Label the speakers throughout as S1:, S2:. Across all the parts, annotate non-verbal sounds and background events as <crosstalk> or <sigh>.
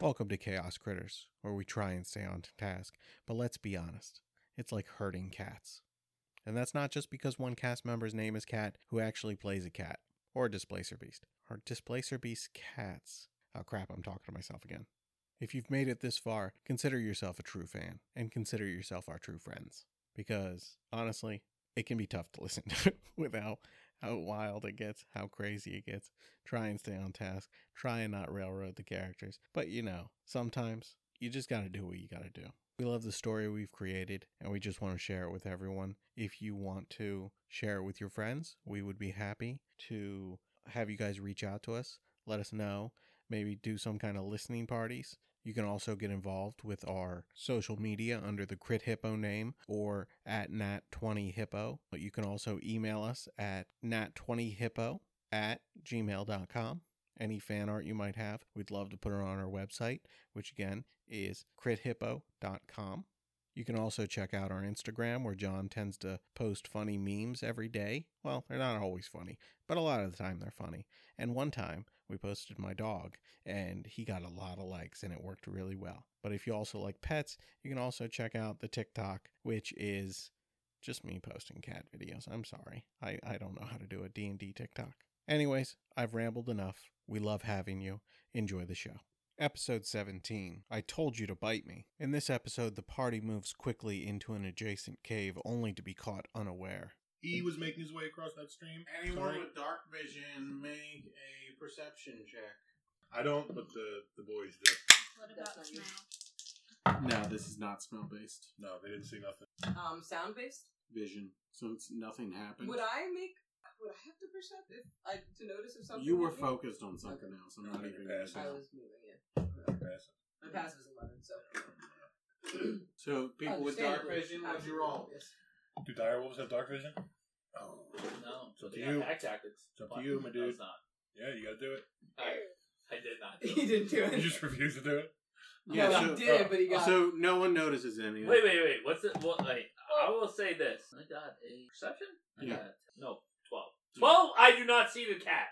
S1: Welcome to Chaos Critters, where we try and stay on task, but let's be honest, it's like herding cats. And that's not just because one cast member's name is Cat, who actually plays a cat, or a Displacer Beast. Are Displacer Beast cats? Oh crap, I'm talking to myself again. If you've made it this far, consider yourself a true fan, and consider yourself our true friends. Because, honestly, it can be tough to <laughs> listen to with how, how wild it gets, how crazy it gets. Try and stay on task try and not railroad the characters. But you know, sometimes you just got to do what you got to do. We love the story we've created and we just want to share it with everyone. If you want to share it with your friends, we would be happy to have you guys reach out to us, let us know, maybe do some kind of listening parties. You can also get involved with our social media under the Crit Hippo name or at Nat20Hippo. But you can also email us at Nat20Hippo at gmail.com any fan art you might have. We'd love to put it on our website, which again is crithippo.com. You can also check out our Instagram where John tends to post funny memes every day. Well, they're not always funny, but a lot of the time they're funny. And one time we posted my dog and he got a lot of likes and it worked really well. But if you also like pets, you can also check out the TikTok, which is just me posting cat videos. I'm sorry. I, I don't know how to do a D&D TikTok. Anyways, I've rambled enough. We love having you. Enjoy the show. Episode 17 I Told You to Bite Me. In this episode, the party moves quickly into an adjacent cave only to be caught unaware.
S2: He was making his way across that stream.
S3: Anyone
S2: Sorry.
S3: with dark vision, make a perception check.
S2: I don't, but the, the boys did.
S4: What
S5: That's
S4: about
S5: not
S4: smell?
S3: No, this is not smell based
S2: No, they didn't see nothing.
S5: um, sound based.
S3: vision, so it's nothing happened.
S5: Would I make? Would I have to percept if I to notice if something?
S3: you were
S5: moving?
S3: focused on something else. I'm not
S2: Okay.
S3: even gonna
S5: I
S3: say.
S5: was moving. Yeah. Okay. My pass was eleven, so
S3: So people with dark
S5: Understandably,
S3: vision,
S5: I
S3: what'd you
S5: would
S3: roll?
S5: do this.
S2: Do direwolves have dark vision? Oh.
S6: No.
S2: So
S6: So
S2: to
S6: they got
S2: you.
S6: back tactics.
S2: So to
S6: But
S2: you, my dude.
S6: That's not.
S2: Yeah, you gotta do it.
S6: I, I did not. <laughs>
S5: <laughs>
S6: do
S5: He
S6: it.
S5: didn't do it.
S2: You just refuse to do it?
S3: Yeah,
S5: no,
S3: so- uh,
S5: he did, but he got.
S3: So no one notices anything.
S6: Wait, wait, wait. What's it? What? Like, I will say this. I got a Hmm. perception. I
S3: Yeah.
S6: Got, no, twelve. Twelve. I do not see the cat.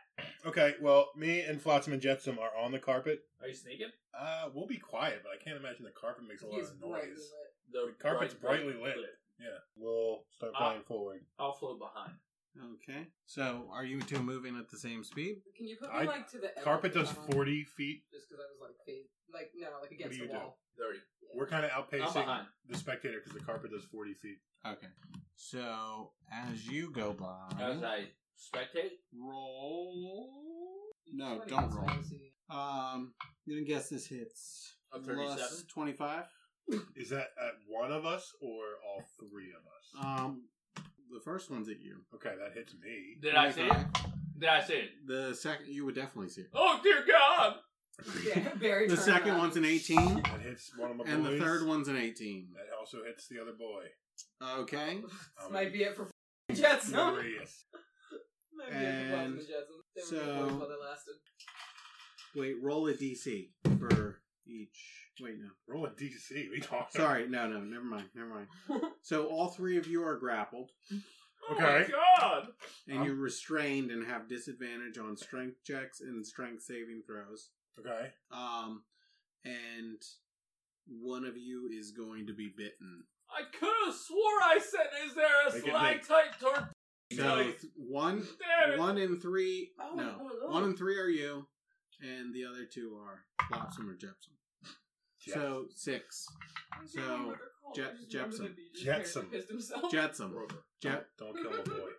S2: Okay, well, me and Flotsam and Jetsam are on the carpet.
S6: Are you sneaking?
S2: Uh, we'll be quiet, but I can't imagine the carpet makes a lot
S5: He's
S2: of
S5: brightly
S2: noise.
S5: lit.
S2: The carpet's brightly lit. Yeah. We'll start
S6: Ah.
S2: flying forward.
S6: I'll float behind.
S3: Okay. So are you two moving at the same speed?
S5: Can you put
S2: I-
S5: me like to the edge
S2: Carpet
S5: of the
S2: does
S5: tunnel?
S2: 40 feet.
S5: Just because I was like, fa- like no, like against
S2: you
S5: the
S2: do?
S5: wall.
S6: Thirty.
S2: We're kind of
S6: I'm
S2: outpacing
S6: behind.
S2: the spectator because the carpet does 40 feet.
S3: Okay. So as you go
S6: As
S3: by,
S6: I spectate.
S3: roll.
S5: You just
S3: No,
S5: wanna
S3: don't
S5: get
S3: roll.
S5: something
S3: <laughs>
S5: to see.
S3: Um, I'm gonna guess this hits
S6: A 37?
S3: plus twenty five.
S2: Is that at one of us or all three of us?
S3: Um, the first one's at you.
S2: okay, that hits me.
S6: Did I see it? Did I see it?
S3: The second, you would definitely see it.
S6: Oh dear God!
S5: Yeah, Barry
S3: The
S5: turned
S3: second
S5: around.
S3: one's an 18,
S2: That hits one of
S6: Oh,
S2: my
S3: and
S2: boys.
S3: the third one's an 18.
S2: That also hits the other boy.
S3: Okay.
S5: This might be it for <laughs> Jetson.
S2: Furious.
S5: Might be it for Flotsam
S3: And
S5: Jetsam. They were
S3: so-
S5: good boys while they lasted. <laughs>
S3: Wait, roll a DC for each. Wait, no.
S2: Roll a DC. We talking?
S3: Sorry, no, no, never mind, never mind. So all three of you are grappled,
S6: Oh
S2: Okay.
S6: my God!
S3: and
S6: Oh.
S3: you're restrained and have disadvantage on strength checks and strength saving throws.
S2: <laughs> Okay.
S3: Um, and one of you is going to be bitten.
S6: I could have swore I said, "Is there a
S2: Make it
S6: slight
S2: make-
S6: tight toward?"
S3: So th- one,
S6: Damn it.
S3: one and three.
S5: Oh,
S3: no,
S5: oh, oh.
S3: one and three are you, and the other two are Flopsum or Jepsum. So six. So, Jet- Jepsen.
S2: Jetson.
S5: Jep-
S3: Jetsum.
S2: Rover.
S3: Jet,
S2: Don't kill my boy.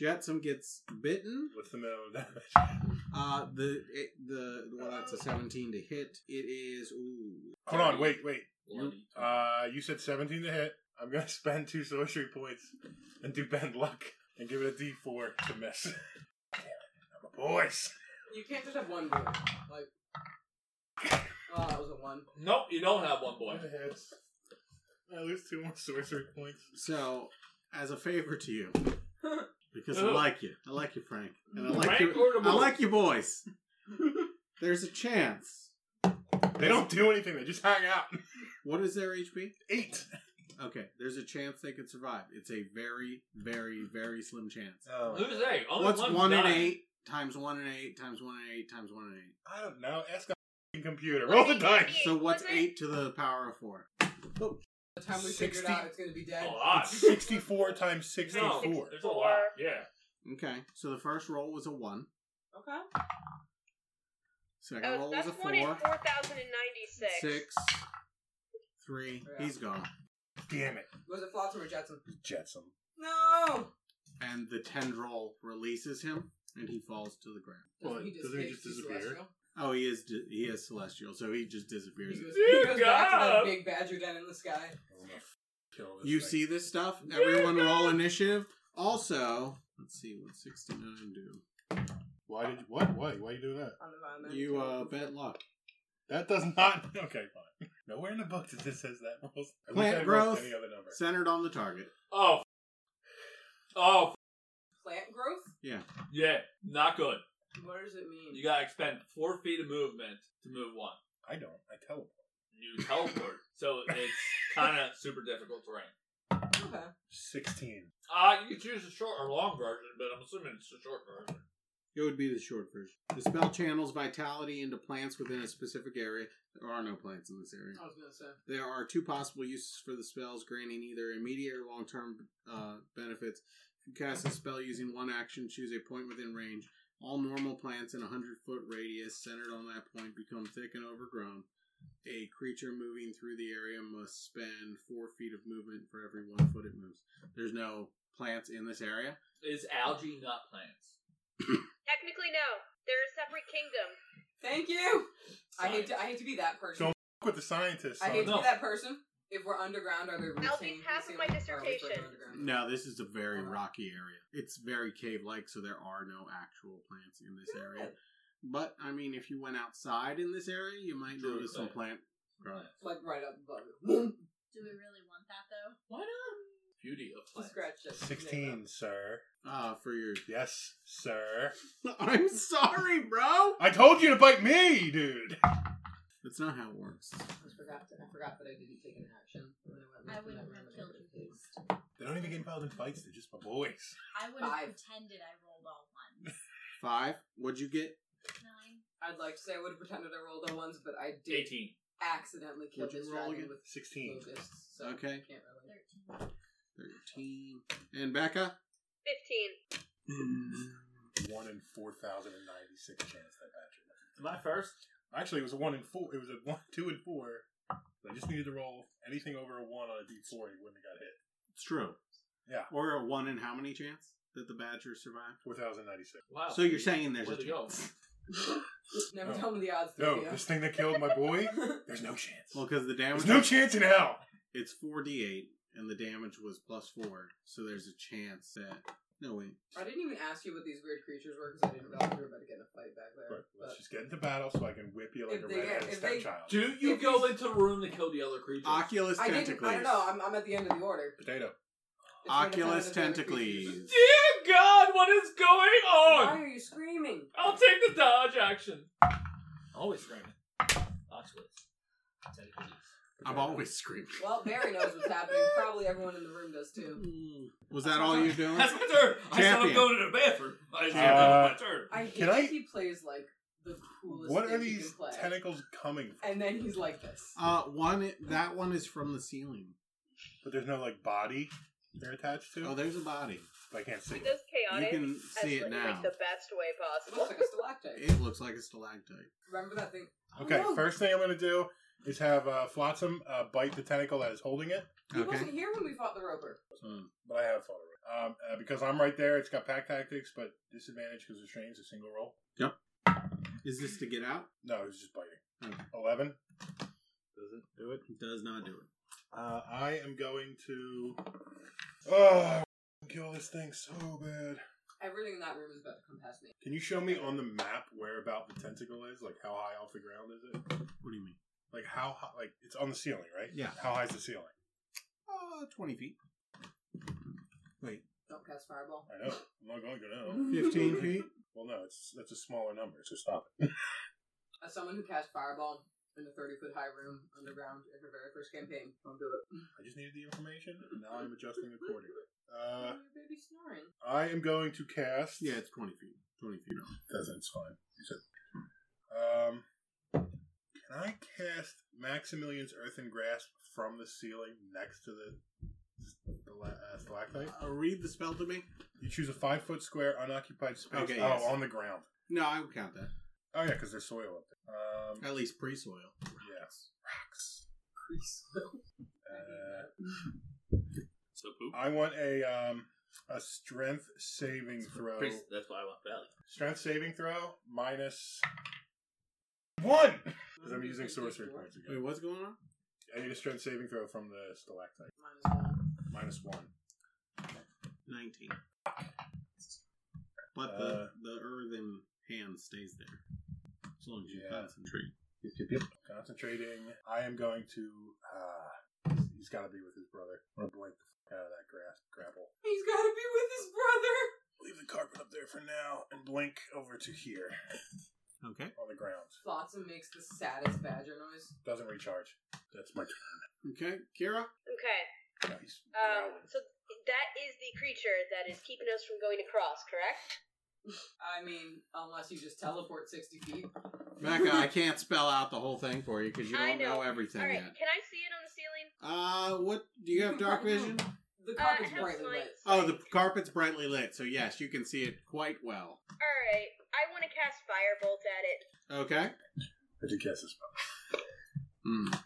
S3: Jetsum gets bitten.
S2: What's the minimum damage?
S3: Uh, the it, the well, that's a seventeen to hit. It is ooh.
S2: <laughs> Hold on. Wait. Wait.
S6: Bloody.
S2: Uh, you said 17 to hit. I'm gonna <laughs> spend two sorcery points and do bend luck and give it a D4 to miss. <laughs> Damn it, I'm a boys.
S5: <laughs> You can't just have one boy. Like, oh, that was a one.
S6: Nope, you don't have one boy.
S2: One hits. I lose two more sorcery points.
S3: So as a favor to you, because I
S6: Oh.
S3: like you. I like you, Frank, and I like
S6: Frank
S3: you.
S6: Ortable.
S3: I like you, boys. There's a chance.
S2: They don't do anything. They just hang out.
S3: What is their HP?
S2: Eight.
S3: Okay, there's a chance they could survive. It's a very, very, very slim chance.
S6: Who's they? Only
S3: What's
S6: one's
S3: one and
S6: dying.
S3: eight times one and eight times one and eight times one and eight?
S2: I don't know. Ask a f***ing computer. Roll the dice.
S3: So what's
S7: Okay.
S3: eight to the power of four?
S5: By the time we figure it
S2: 60.
S5: out, it's gonna be dead.
S3: <laughs>
S6: A lot.
S2: It's 64 times 64.
S6: No, there's a lot. Yeah.
S3: Okay, so the first roll was a one.
S7: Okay.
S3: Second
S7: Oh,
S3: roll was
S7: that's
S3: a
S7: one in
S3: four.
S7: 4,096.
S3: Six, three.
S5: Yeah.
S3: He's gone.
S2: Damn it.
S5: Was it Flotsam or Jetsam?
S2: Jetsam.
S5: No.
S3: And the tendril releases him, and he falls to the ground.
S2: What, doesn't he
S5: pitch
S2: just
S5: to
S2: disappear?
S5: Celestial?
S3: Oh, he is di- he is celestial, so he just disappears.
S5: He goes,
S6: You
S5: he goes back to that
S6: got-
S5: big badger down in the sky.
S2: I'm gonna f- kill this
S3: You
S2: thing.
S3: see this stuff? Everyone roll initiative. Also, let's see what 69 do.
S2: Why did you, what? Why? Why you do that?
S7: On the bottom end.
S3: You uh bet luck.
S2: That does not. <laughs> Okay, fine. Nowhere in the book does it says that. <laughs> I wish I'd rolled
S3: Plant growth.
S2: Any other number.
S3: Centered on the target.
S6: Oh. f- Oh. f-
S5: Plant growth?
S6: Yeah. Not good.
S5: What does it mean?
S6: You gotta expend four feet of movement to move one.
S2: I don't. I tell them.
S6: You <laughs> teleport, so it's kind of super difficult terrain.
S5: okay.
S2: 16.
S6: Uh, you can choose a short or long version, but I'm assuming it's a short version.
S3: It would be the short version. The spell channels vitality into plants within a specific area. There are no plants in this area.
S5: I was gonna say.
S3: There are two possible uses for the spells, granting either immediate or long term uh, benefits. If you cast a spell using one action, choose a point within range. All normal plants in a 100 foot radius centered on that point become thick and overgrown. A creature moving through the area must spend four feet of movement for every one foot it moves. There's no plants in this area.
S6: Is algae not plants?
S7: Technically, no. They're a separate kingdom.
S5: Thank you. I hate to.
S6: Science.
S5: I hate to be that person.
S2: Don't Fuck with the scientists.
S5: I
S2: son.
S5: hate to
S6: No.
S5: be that person. If we're underground, are there roots
S7: That'll be
S5: hanging-
S7: half
S5: hanging
S7: of my
S5: down? Are we further
S7: dissertation.
S5: underground?
S3: No, this is a very
S2: Uh-huh.
S3: rocky area. It's very cave like, so there are no actual plants in this area. But, I mean, if you went outside in this area, you might
S6: Sure,
S3: notice some
S6: but-
S3: plant
S6: Right.
S5: Like right up above <laughs> it.
S7: Do we really want that though?
S6: Why not? Beauty of plants.
S5: Scratch that.
S2: 16, sir.
S3: Uh, for your. <laughs>
S2: Yes, sir.
S3: I'm sorry, bro.
S2: I told you to bite me, dude.
S3: That's not how it works.
S5: I forgot. that I forgot that I didn't take an action. when went
S7: I
S5: looking
S7: wouldn't
S5: at
S7: have
S5: my
S7: killed
S5: other
S7: you.
S5: things.
S2: They don't even get involved in fights. They're just my boys.
S7: I would
S5: Five.
S7: have pretended I rolled all
S3: <laughs>
S7: ones.
S3: Five. What'd you get?
S7: Nine.
S5: I'd like to say I would have pretended I rolled all ones, but I did
S6: 18.
S5: accidentally kill
S3: What'd you
S5: this
S3: roll
S5: dragon
S3: again?
S5: with
S2: 16.
S5: locusts. So
S3: Okay.
S5: I can't really.
S3: Thirteen.
S7: Thirteen.
S3: And Becca.
S7: Fifteen.
S2: One in 4,096 chance that matches.
S6: Am I first?
S2: Actually, it was a one in four. It was a <laughs> one, two, and four. I just needed to roll anything over a one on a d4. You wouldn't have got hit.
S3: It's true.
S2: Yeah.
S3: Or a one in how many chance that the badger survived?
S2: 4,096.
S6: Wow.
S3: So you're saying there's
S6: Where'd
S3: a
S6: it go?
S3: chance? <laughs>
S5: Never
S3: Oh.
S2: No.
S5: tell me the odds.
S2: No,
S5: Theo.
S2: this thing that killed my boy. There's no chance.
S3: Well, because the
S2: There's
S3: damage.
S2: no chance in hell.
S3: It's four d eight, and the damage was plus four, so there's a chance that. No wait.
S5: <laughs> I didn't even ask you what these weird creatures were because I didn't realize we were about to get in a fight back there.
S2: But
S5: But
S2: let's just get into battle so I can whip you like
S5: If
S2: a
S5: they-
S2: redheaded
S5: if they-
S2: stepchild.
S6: Do you
S5: If
S6: go
S5: he's-
S6: into the room to kill the other creature?
S3: Oculus
S5: I didn't. I
S3: tentacles.
S5: don't know. I'm, I'm at the end of the order.
S2: Potato.
S5: It's when the
S3: Oculus
S5: time of the other creatures. <laughs>
S3: tentacles.
S6: Dear God, what is going
S5: Why
S6: on?
S5: are you screaming?
S6: I'll take the dodge action. Always screaming. Oculus.
S3: I'm always screaming.
S5: Well, Barry knows what's happening. Probably everyone in the room does too.
S3: Mm. Was that all you're doing?
S6: That's my turn. I said I'm
S3: Champion.
S6: going to the bathroom. I said
S2: Uh,
S6: that was my turn.
S5: I hate
S2: Can I-
S5: that he plays like the coolest.
S2: What
S5: thing
S2: are
S5: he can
S2: these Oh.
S5: play.
S2: tentacles coming from?
S5: And then he's like this.
S3: <laughs> Uh, one. That one is from the ceiling.
S2: But there's no like body they're attached to.
S3: Oh, there's a body.
S2: I can't see.
S7: It goes
S3: You
S7: chaotic.
S3: can see it
S7: in,
S3: now.
S7: Like the best way
S5: It looks
S7: possible.
S5: like a stalactite.
S3: It looks like a stalactite.
S5: Remember that thing? Oh,
S2: Okay,
S5: no.
S2: first thing I'm gonna do is have uh, Flotsam uh, bite the tentacle that is holding it.
S5: He wasn't here when we fought the roper.
S3: Mm.
S2: But I have fought it. Um, uh, because I'm right there. It's got pack tactics, but disadvantage because restraints a single roll.
S3: Is this to get out?
S2: No, it's just biting.
S5: Hmm.
S3: Okay.
S2: Eleven doesn't do it.
S3: Does not do it.
S2: Uh, I am going to. Oh, kill this thing so bad.
S5: Everything in that room is about to come past me.
S2: Can you show me on the map where about the tentacle is? Like how high off the ground is it?
S3: What do you mean?
S2: Like how high? Like it's on the ceiling, right?
S3: Yeah. <laughs>
S2: How high is the ceiling?
S3: Uh, 20 feet. Wait,
S5: Don't cast fireball.
S2: I know. I'm not going to know.
S3: 15 feet?
S2: Well, no, it's that's a smaller number, so stop it.
S5: As someone who cast fireball in the 30 foot high room underground in her very first campaign, don't do it.
S2: I just needed the information, and now I'm adjusting accordingly. Uh,
S5: your baby snoring.
S2: I am going to cast.
S3: Yeah, it's 20 feet. 20 feet.
S2: That's, that's fine. You said. Um, can I cast Maximilian's Earthen Grasp from the ceiling next to the, the la- uh, stalactite?
S3: Uh, read the spell to me.
S2: You choose a five foot square unoccupied space.
S3: Okay,
S2: oh,
S3: yes.
S2: on the ground.
S3: No, I would count that.
S2: Oh yeah, because there's soil up there. Um,
S3: At least pre soil.
S2: yes, rocks. Uh,
S6: So poop.
S2: I want a um a strength saving throw.
S8: Chris, that's why I want Valley.
S2: Strength saving throw minus one. Because I'm using sorcery points
S3: Wait,
S2: again.
S3: what's going on?
S2: I need a strength saving throw from the stalactite.
S5: Minus one.
S2: Minus one.
S3: 19. But
S2: Uh,
S3: the, the earthen hand stays there. As long as you
S2: Yeah.
S3: concentrate.
S2: Concentrating. I am going to. Uh, he's got to be with his brother. I'm gonna blank the fuck out of that grass grapple.
S5: He's gotta be with his brother!
S2: Leave the carpet up there for now and blink over to here
S3: Okay.
S2: on the ground.
S5: Flotsam makes the saddest badger noise.
S2: Doesn't recharge. That's my turn.
S3: Okay. Kira?
S7: Okay.
S2: Yeah, he's
S7: Um,
S2: growling.
S7: so that is the creature that is keeping us from going across, correct?
S5: I mean, unless you just teleport 60 feet.
S3: Becca, I can't spell out the whole thing for you because you
S7: I
S3: don't know.
S7: know.
S3: everything
S7: All right.
S3: yet.
S7: Can I see it on the ceiling?
S3: Uh, what? Do you have
S7: <laughs>
S3: dark vision?
S5: The
S7: Uh,
S5: carpet's
S7: I have
S5: brightly
S7: light.
S5: lit.
S3: Oh, the carpet's brightly lit, so yes, you can see it quite well.
S7: All right. I want to cast firebolt at it.
S3: Okay.
S2: I did cast a spell.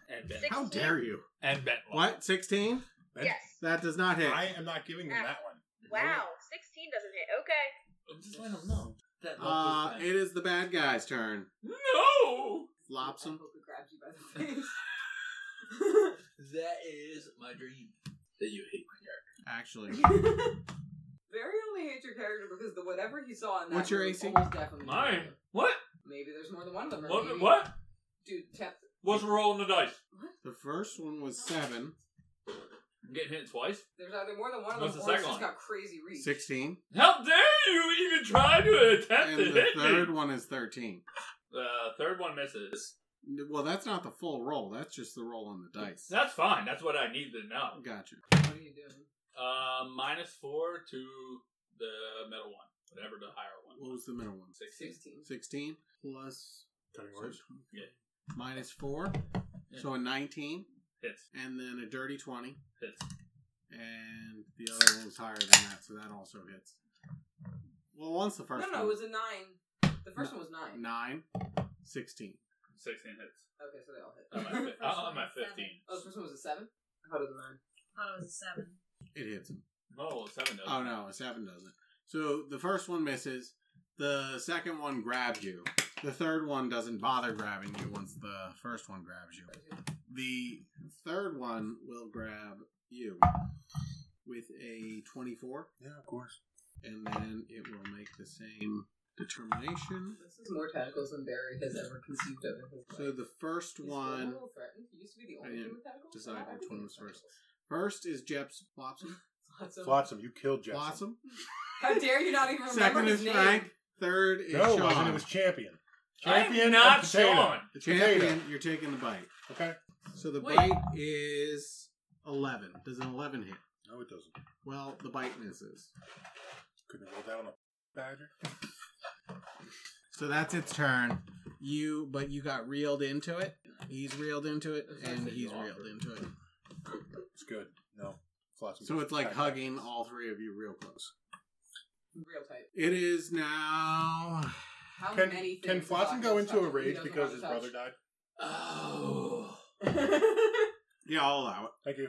S8: And Ben.
S7: Six-
S3: Hmm. How dare you?
S6: And bet
S3: What? 16?
S2: Ben-
S7: Yes.
S3: That does not hit.
S2: I am not giving him that one.
S7: Wow. Sixteen doesn't hit. Okay.
S8: Just let him know. That
S3: Uh,
S8: love is
S3: it is the bad guy's turn.
S8: No!
S3: Flops him.
S5: Poker grabs you by the
S3: <laughs>
S5: face.
S8: <laughs>
S5: <laughs>
S8: That is my dream. That you hate my character.
S3: Actually,
S5: Barry only hates your character because the whatever he saw in that
S3: What's your
S5: room
S3: AC?
S5: almost definitely
S6: Mine. What?
S5: Maybe there's more than one of them. or
S6: What?
S5: maybe-
S6: What?
S5: Dude, tap.
S6: What's rolling the dice?
S3: the first one was 7.
S6: I'm getting hit twice.
S5: There's either more than one of
S6: What's
S5: them
S6: the
S5: or it's
S6: second
S5: just
S6: one?
S5: got crazy reach.
S3: 16.
S6: How dare you even try to attempt
S3: And
S6: to
S3: the
S6: hit
S3: third
S6: me?
S3: one is 13.
S6: The third one misses.
S3: Well, that's not the full roll. That's just the roll on the dice.
S6: That's fine. That's what I need to know.
S3: Gotcha.
S5: What are you doing?
S6: Uh, minus four to the metal one, whatever the higher one.
S3: What was the middle one?
S6: Sixteen.
S5: 16.
S3: 16 plus
S2: Cutting
S3: so
S2: words.
S3: 20.
S6: Yeah.
S3: minus 4. So a 19,
S6: Hits.
S3: and then a dirty 20.
S6: Hits.
S3: And the other one was higher than that, so that also hits. Well, one's the first
S5: no, no,
S3: one.
S5: it was a nine. The first one was nine.
S3: 9, 16.
S6: Sixteen hits.
S5: Okay, so they all hit.
S3: <laughs>
S6: I'm at, fi- I'm- I'm at fifteen.
S5: <laughs> oh, the first one was a seven. I thought it was a nine.
S9: thought it was a seven.
S3: It hits him.
S6: Oh, seven does.
S3: Oh, no, a 7 doesn't. So the first one misses. The second one grabs you. The third one doesn't bother grabbing you once the first one grabs you. The third one will grab you with a 24,
S2: Yeah, of course.
S3: and then it will make the same determination.
S5: This is more tentacles than Barry has ever conceived of in his life.
S3: So the first
S5: He's still a
S3: one,
S5: little threatened. He used to be the
S3: I
S5: only
S3: didn't
S5: one with tentacles.
S3: decide
S5: Now
S3: which
S5: everything's
S3: one was first.
S5: tentacles.
S3: first is Jeps Blossom.
S5: Flotsam.
S2: Flotsam, you killed Jesse.
S3: Blossom.
S5: How dare you not even remember
S3: Second
S5: his
S3: is
S5: name?
S3: Frank. Third is
S2: No, it
S3: Sean.
S2: wasn't. It was champion.
S6: I
S2: Champion
S6: am not
S2: of potato.
S6: Sean.
S3: the champion.
S2: Potato.
S3: You're taking the bite.
S2: Okay.
S3: So the
S5: Wait.
S3: bite is 11. Does an 11 hit?
S2: No, it doesn't.
S3: Well, the bite misses.
S2: Couldn't have rolled down a badger.
S3: So that's its turn. You, but you got reeled into it. He's reeled into it,
S8: That's
S3: and
S8: actually
S3: he's
S8: awkward.
S3: reeled into it.
S2: It's good. No. Flotsam.
S3: So it's like
S2: Okay.
S3: hugging all three of you real close.
S5: Real tight.
S3: It is now.
S5: How
S2: Can,
S5: many things
S2: can
S5: does
S2: Flotsam go
S5: Octopus
S2: into
S5: touch
S2: a
S5: that he
S2: rage
S5: doesn't
S2: because his
S5: want <laughs>
S2: brother
S5: to
S2: died?
S6: Oh.
S3: Yeah, I'll allow it.
S2: Thank you.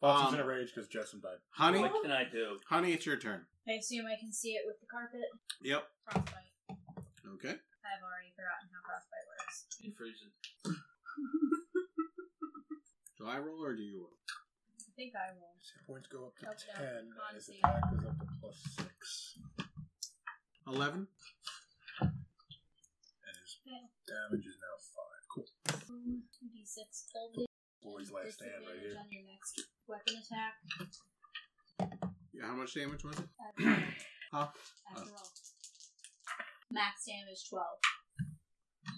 S2: Flotsam's in
S3: Um,
S2: a rage because Jessam died.
S3: Honey,
S8: What can I do?
S3: honey, it's your turn.
S9: I assume I can see it with the carpet.
S3: Yep.
S9: Frostbite.
S3: Okay.
S9: I've already forgotten how frostbite works.
S8: He freezes.
S3: Do I roll or do you roll?
S9: I think I rolled.
S2: His points go up to
S9: Up,
S2: 10.
S9: down, on,
S2: and His
S9: see.
S2: attack goes up to plus 6.
S3: 11?
S2: And his damage is now 5. Cool.
S9: Two d six cold.
S2: Boy's last stand right here.
S9: Disadvantage on your next weapon attack.
S3: Yeah, how much damage was it? Huh?
S9: I have to roll. Max damage 12.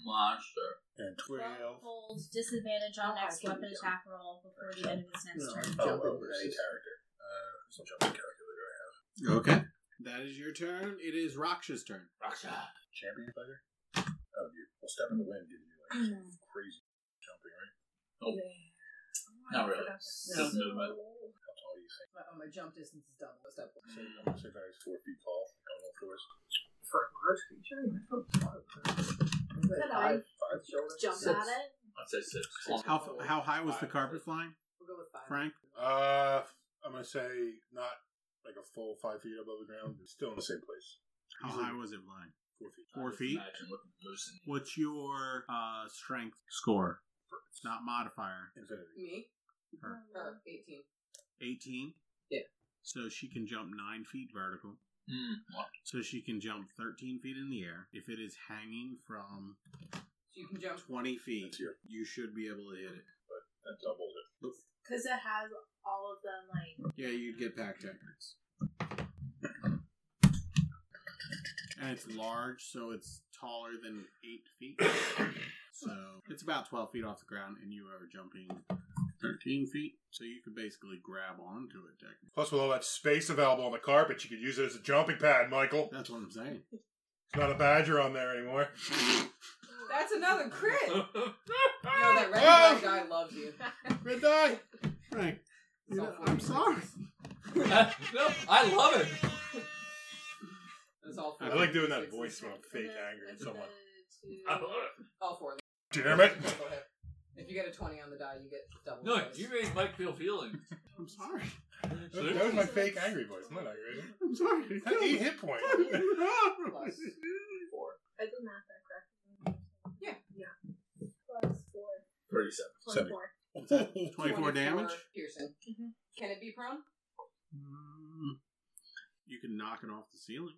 S6: Monster.
S2: And
S9: 12
S2: twelve.
S9: fold disadvantage
S5: Oh,
S9: on
S5: I
S9: next
S5: can
S9: weapon
S5: do.
S9: attack roll before the end of its next
S3: No, I
S9: turn.
S3: don't.
S2: Oh, oh, any character. Uh, who's the jumping calculator I have?
S3: Okay. That is your turn. It is Raksha's turn.
S6: Raksha.
S2: Champion fighter. Oh, dude. Well, step in the wind gives you like
S5: Hmm.
S2: some crazy jumping, right?
S6: Not really.
S5: No.
S6: Just
S2: How
S6: movement.
S2: tall do you think?
S5: My, oh, my jump distance is double. It's double.
S2: So, I'm gonna say that he's four feet tall. I don't know if fours.
S10: For a large creature, you might put a lot of
S9: Could I
S5: Five.
S2: Five.
S10: shoulder.
S9: jump
S2: Six.
S9: at it?
S6: I'd say six.
S3: How f- how high was the carpet flying,
S5: We'll go with five.
S3: Frank?
S2: Uh, I'm gonna say not like a full five feet above the ground. It's still in the same place.
S5: Oh,
S3: How
S2: Usually
S3: high was it flying?
S2: Four feet.
S3: Four
S6: Just
S3: feet.
S6: Imagine looking loose and
S3: What's your uh, strength score? It's not modifier.
S2: Infinity.
S5: Me? Uh,
S3: Her.
S5: Her. 18.
S3: 18?
S5: Yeah.
S3: So she can jump 9 feet vertical.
S6: Hmm. Well,
S3: So she can jump 13 feet in the air. If it is hanging from
S5: So you can jump.
S3: 20 feet,
S2: That's your-
S3: you should be able to hit it.
S2: That doubles it.
S9: Because it has all of them, like.
S3: Yeah, you'd get pack techniques. And it's large, so it's taller than 8 feet. So it's about 12 feet off the ground, and you are jumping 13 feet. So you could basically grab onto it, technically.
S2: Plus, with all that space available on the carpet, you could use it as a jumping pad, Michael.
S3: That's what I'm saying.
S2: It's not a badger on there anymore.
S5: That's another
S6: <laughs>
S5: crit! you know, that
S2: Ah!
S5: red guy loves you.
S2: Red die.
S3: Right.
S5: It's all four
S3: I'm
S5: d6s.
S3: sorry.
S6: no, I love it.
S5: That's all four.
S2: I like doing that
S5: d6s.
S2: voice when I'm fake angry at someone.
S6: I love it.
S5: All four. of them.
S2: Damn it!
S5: Double hit. If you get a 20 on the die, you get double.
S6: No,
S5: dice.
S6: you made Mike feel feelings.
S3: I'm sorry.
S2: That that was my fake angry voice. I'm not angry. <laughs>
S3: I'm sorry.
S2: I had eight hit
S5: <laughs>
S2: points.
S6: <laughs>
S5: Plus
S9: I did math that correctly.
S5: Yeah.
S9: Yeah. Plus 4.
S6: 37.
S9: plus
S2: Seven.
S9: four.
S3: 24 damage?
S5: Piercing.
S6: Mm-hmm.
S9: Mhm.
S5: Can it be prone?
S3: Mm, You can knock it off the ceiling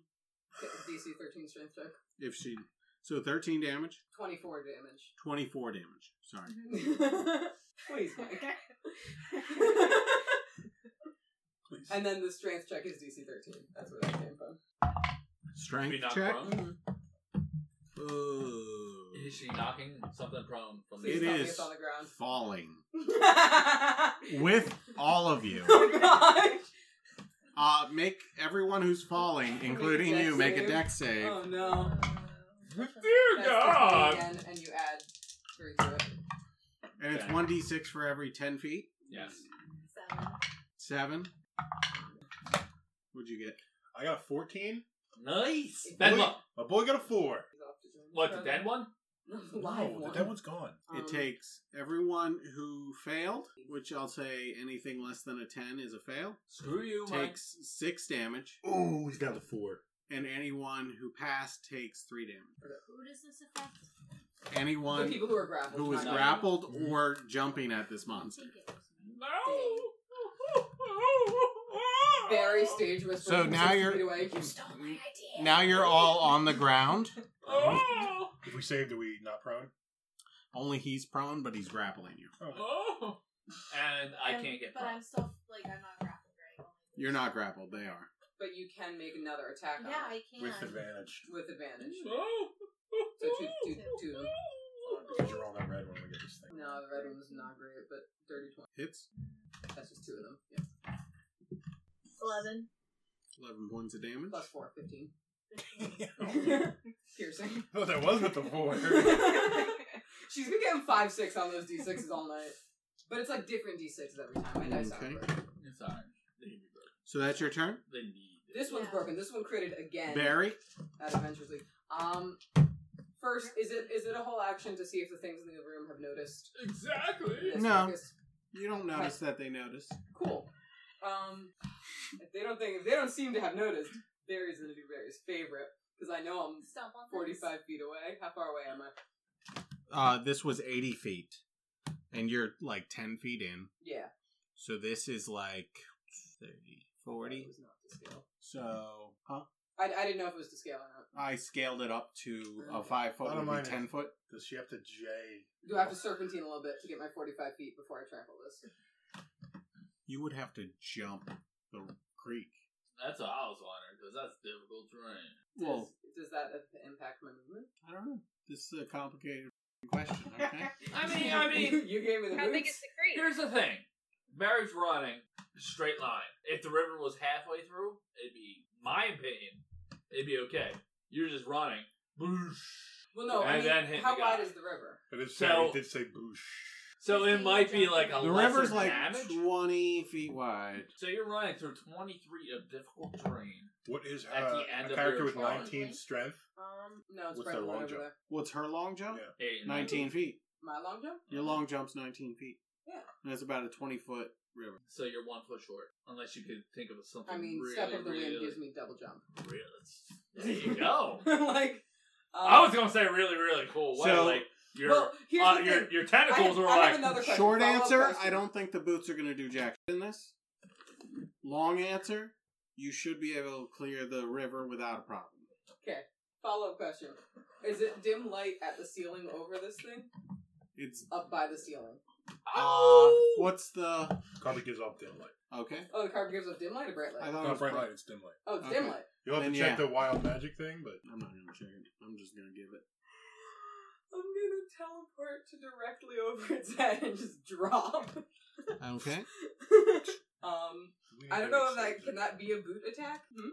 S5: <laughs> DC 13 strength check.
S3: if she. So 13 damage,
S5: 24
S6: <laughs>
S5: damage.
S3: 24 damage. Sorry.
S5: Please, Mike. and then the strength check is DC 13. That's where that came from.
S3: Strength
S6: Be knocked
S3: check.
S6: prone?
S3: Ooh.
S6: Is she knocking something prone from the
S3: It
S5: Please tell me
S3: is.
S5: It's on the ground.
S3: Falling
S5: <laughs> oh
S3: <laughs> with all of you.
S5: <laughs> gosh.
S3: Uh, make everyone who's falling, including
S5: dex
S3: you, make a
S5: save.
S3: dex save.
S5: Oh no.
S9: Uh,
S6: Dear
S5: That's
S6: Oh, God!
S5: 15 Again, and you add three to it.
S3: And it's
S6: Okay.
S3: 1d6 for every 10 feet.
S6: Yes.
S9: Seven.
S3: Seven. What'd you get?
S2: I got a 14.
S6: Nice.
S5: Boy-
S6: Dead one.
S2: My boy got a 4.
S5: He's off to join
S6: What the
S5: brother.
S6: dead one?
S5: The <laughs> live
S2: No,
S5: one.
S2: the dead one's gone.
S3: It
S5: Um,
S3: takes everyone who failed, which I'll say anything less than a 10 is a fail,
S6: Screw you, Mike.
S3: takes 6 damage,
S2: Oh, he's down to 4.
S3: and anyone who passed takes 3 damage.
S9: Who does this affect?
S5: the
S3: Anyone
S5: people who are grappled.
S3: who was
S5: not-
S3: grappled or jumping at this monster.
S6: No.
S5: Very stage whisper.
S3: So
S5: from
S3: now
S5: six
S3: you're-
S5: feet away.
S3: <laughs>
S5: You
S9: Stole my idea.
S3: Now you're all on the ground.
S6: Oh.
S2: If we save, do we not prone?
S3: Only he's prone, but he's grappling you.
S2: Oh,
S6: Oh. And I
S9: And-
S6: can't get
S9: But
S6: prone.
S9: I'm still, like, I'm not grappled, right?
S3: You're not grappled, they are.
S5: But you can make another attack on
S9: Yeah,
S5: it
S9: I can.
S2: with advantage.
S5: with advantage.
S6: Oh.
S5: So two, two,
S9: <laughs>
S5: two.
S2: Oh, because you're on that red one. We get this thing.
S5: No, the red one was not great, but dirty twenty.
S3: Hits.
S5: That's just two of them. Yeah.
S9: 11.
S3: 11 points of damage.
S5: Plus four, fifteen.
S3: <laughs>
S5: Piercing.
S2: Oh, that was with the 4.
S5: <laughs> She's been getting five six on those d sixes all night, but it's like different d sixes every time. My dice
S3: Okay.
S5: aren't broken.
S6: It's alright. They need it.
S3: So that's your turn.
S6: They need it.
S5: This one's
S9: Yeah.
S5: broken. This one critted again
S3: Barry,
S5: at Adventures League. Um, first, is it is it a whole action to see if the things in the room have noticed?
S6: Exactly.
S5: this
S3: No.
S5: focus?
S3: you don't notice that they notice.
S5: Cool. Um, if they don't think if they don't seem to have noticed, Barry's gonna do Barry's favorite because I know I'm
S9: Stomp on this.
S5: 45 feet away. How far away am I?
S3: Uh, this was 80 feet, and you're like 10 feet in.
S5: Yeah.
S3: So this is like 30,
S5: It
S3: 40.
S5: was not to scale.
S3: So huh?
S5: I, I didn't know if it was to scale or not.
S3: I scaled it up to a
S5: Okay.
S3: 5 foot,
S2: Bottom
S3: would
S2: line is-
S3: be 10 foot.
S2: Does she have to J?
S5: Do I have to serpentine a little bit to get my 45 feet before I trample this?
S3: You would have to jump the creek.
S6: That's a house liner because that's difficult terrain.
S5: Does,
S3: Well,
S5: does that impact my movement?
S3: I don't know. This is a complicated question, okay?
S6: I mean, I mean,
S5: <laughs> you gave me the
S7: How big
S5: hoots.
S7: is the
S6: <laughs>
S7: creek?
S6: here's the thing: Mary's running straight line. If the river was halfway through, it'd be my opinion. It'd be okay. You're just running. Boosh.
S5: Well, no.
S6: And
S5: I mean,
S6: then hit
S5: how
S6: the
S5: wide
S6: guy.
S5: is the river?
S2: But it,
S6: So-
S2: said, it did say boosh.
S6: So it might be like a
S3: the
S6: lesser
S3: river's like
S6: damage.
S3: 20 feet wide.
S6: so you're running through 23 of difficult terrain.
S2: What is uh,
S6: At the end
S2: a
S6: of
S2: character
S6: your
S2: with
S6: charge.
S2: 19 strength?
S5: Um, no, it's
S2: What's
S5: right
S2: their long
S5: over
S2: jump?
S5: there.
S3: What's her long jump?
S2: Yeah.
S6: Eight and
S3: 19 feet.
S5: My long jump?
S3: Your long jump's 19 feet.
S5: Yeah.
S3: And it's about a 20 foot river.
S6: So you're one foot short, unless you could think of something.
S5: I mean,
S6: really,
S5: step of the
S6: really,
S5: wind gives me double jump. <laughs>
S6: Really, there you go.
S5: like, um,
S6: I was gonna say really, really cool way.
S3: So-
S6: like your
S5: well, here's
S6: uh,
S5: the thing.
S6: your your
S5: I have,
S6: tentacles were
S5: I have
S6: like <laughs>
S5: another question.
S3: Short
S5: follow-up
S3: answer
S5: question.
S3: I don't think the boots are going to do jack shit in this. Long answer you should be able to clear the river without a problem.
S5: Follow up question: Is it dim light at the ceiling over this thing?
S3: It's.
S5: Up by the ceiling?
S3: Uh,
S6: oh.
S3: what's the.
S2: Carpet gives off dim light.
S3: Okay.
S5: Oh, the card gives up dim light or bright
S3: I
S5: light?
S3: thought it
S2: Not
S3: was
S2: bright
S3: br-
S2: light, it's dim light.
S5: Oh, it's
S3: Okay.
S5: dim light.
S2: You'll have
S3: Then,
S2: to check
S3: yeah.
S2: the wild magic thing, but
S3: I'm not going to check it. I'm just going to give it.
S5: I'm gonna teleport to directly <laughs> over its head and just drop. <laughs>
S3: Okay.
S5: um,
S2: we need
S5: I don't
S2: to
S5: know if
S2: accept
S5: that
S2: it.
S5: can that be a boot attack. Hmm?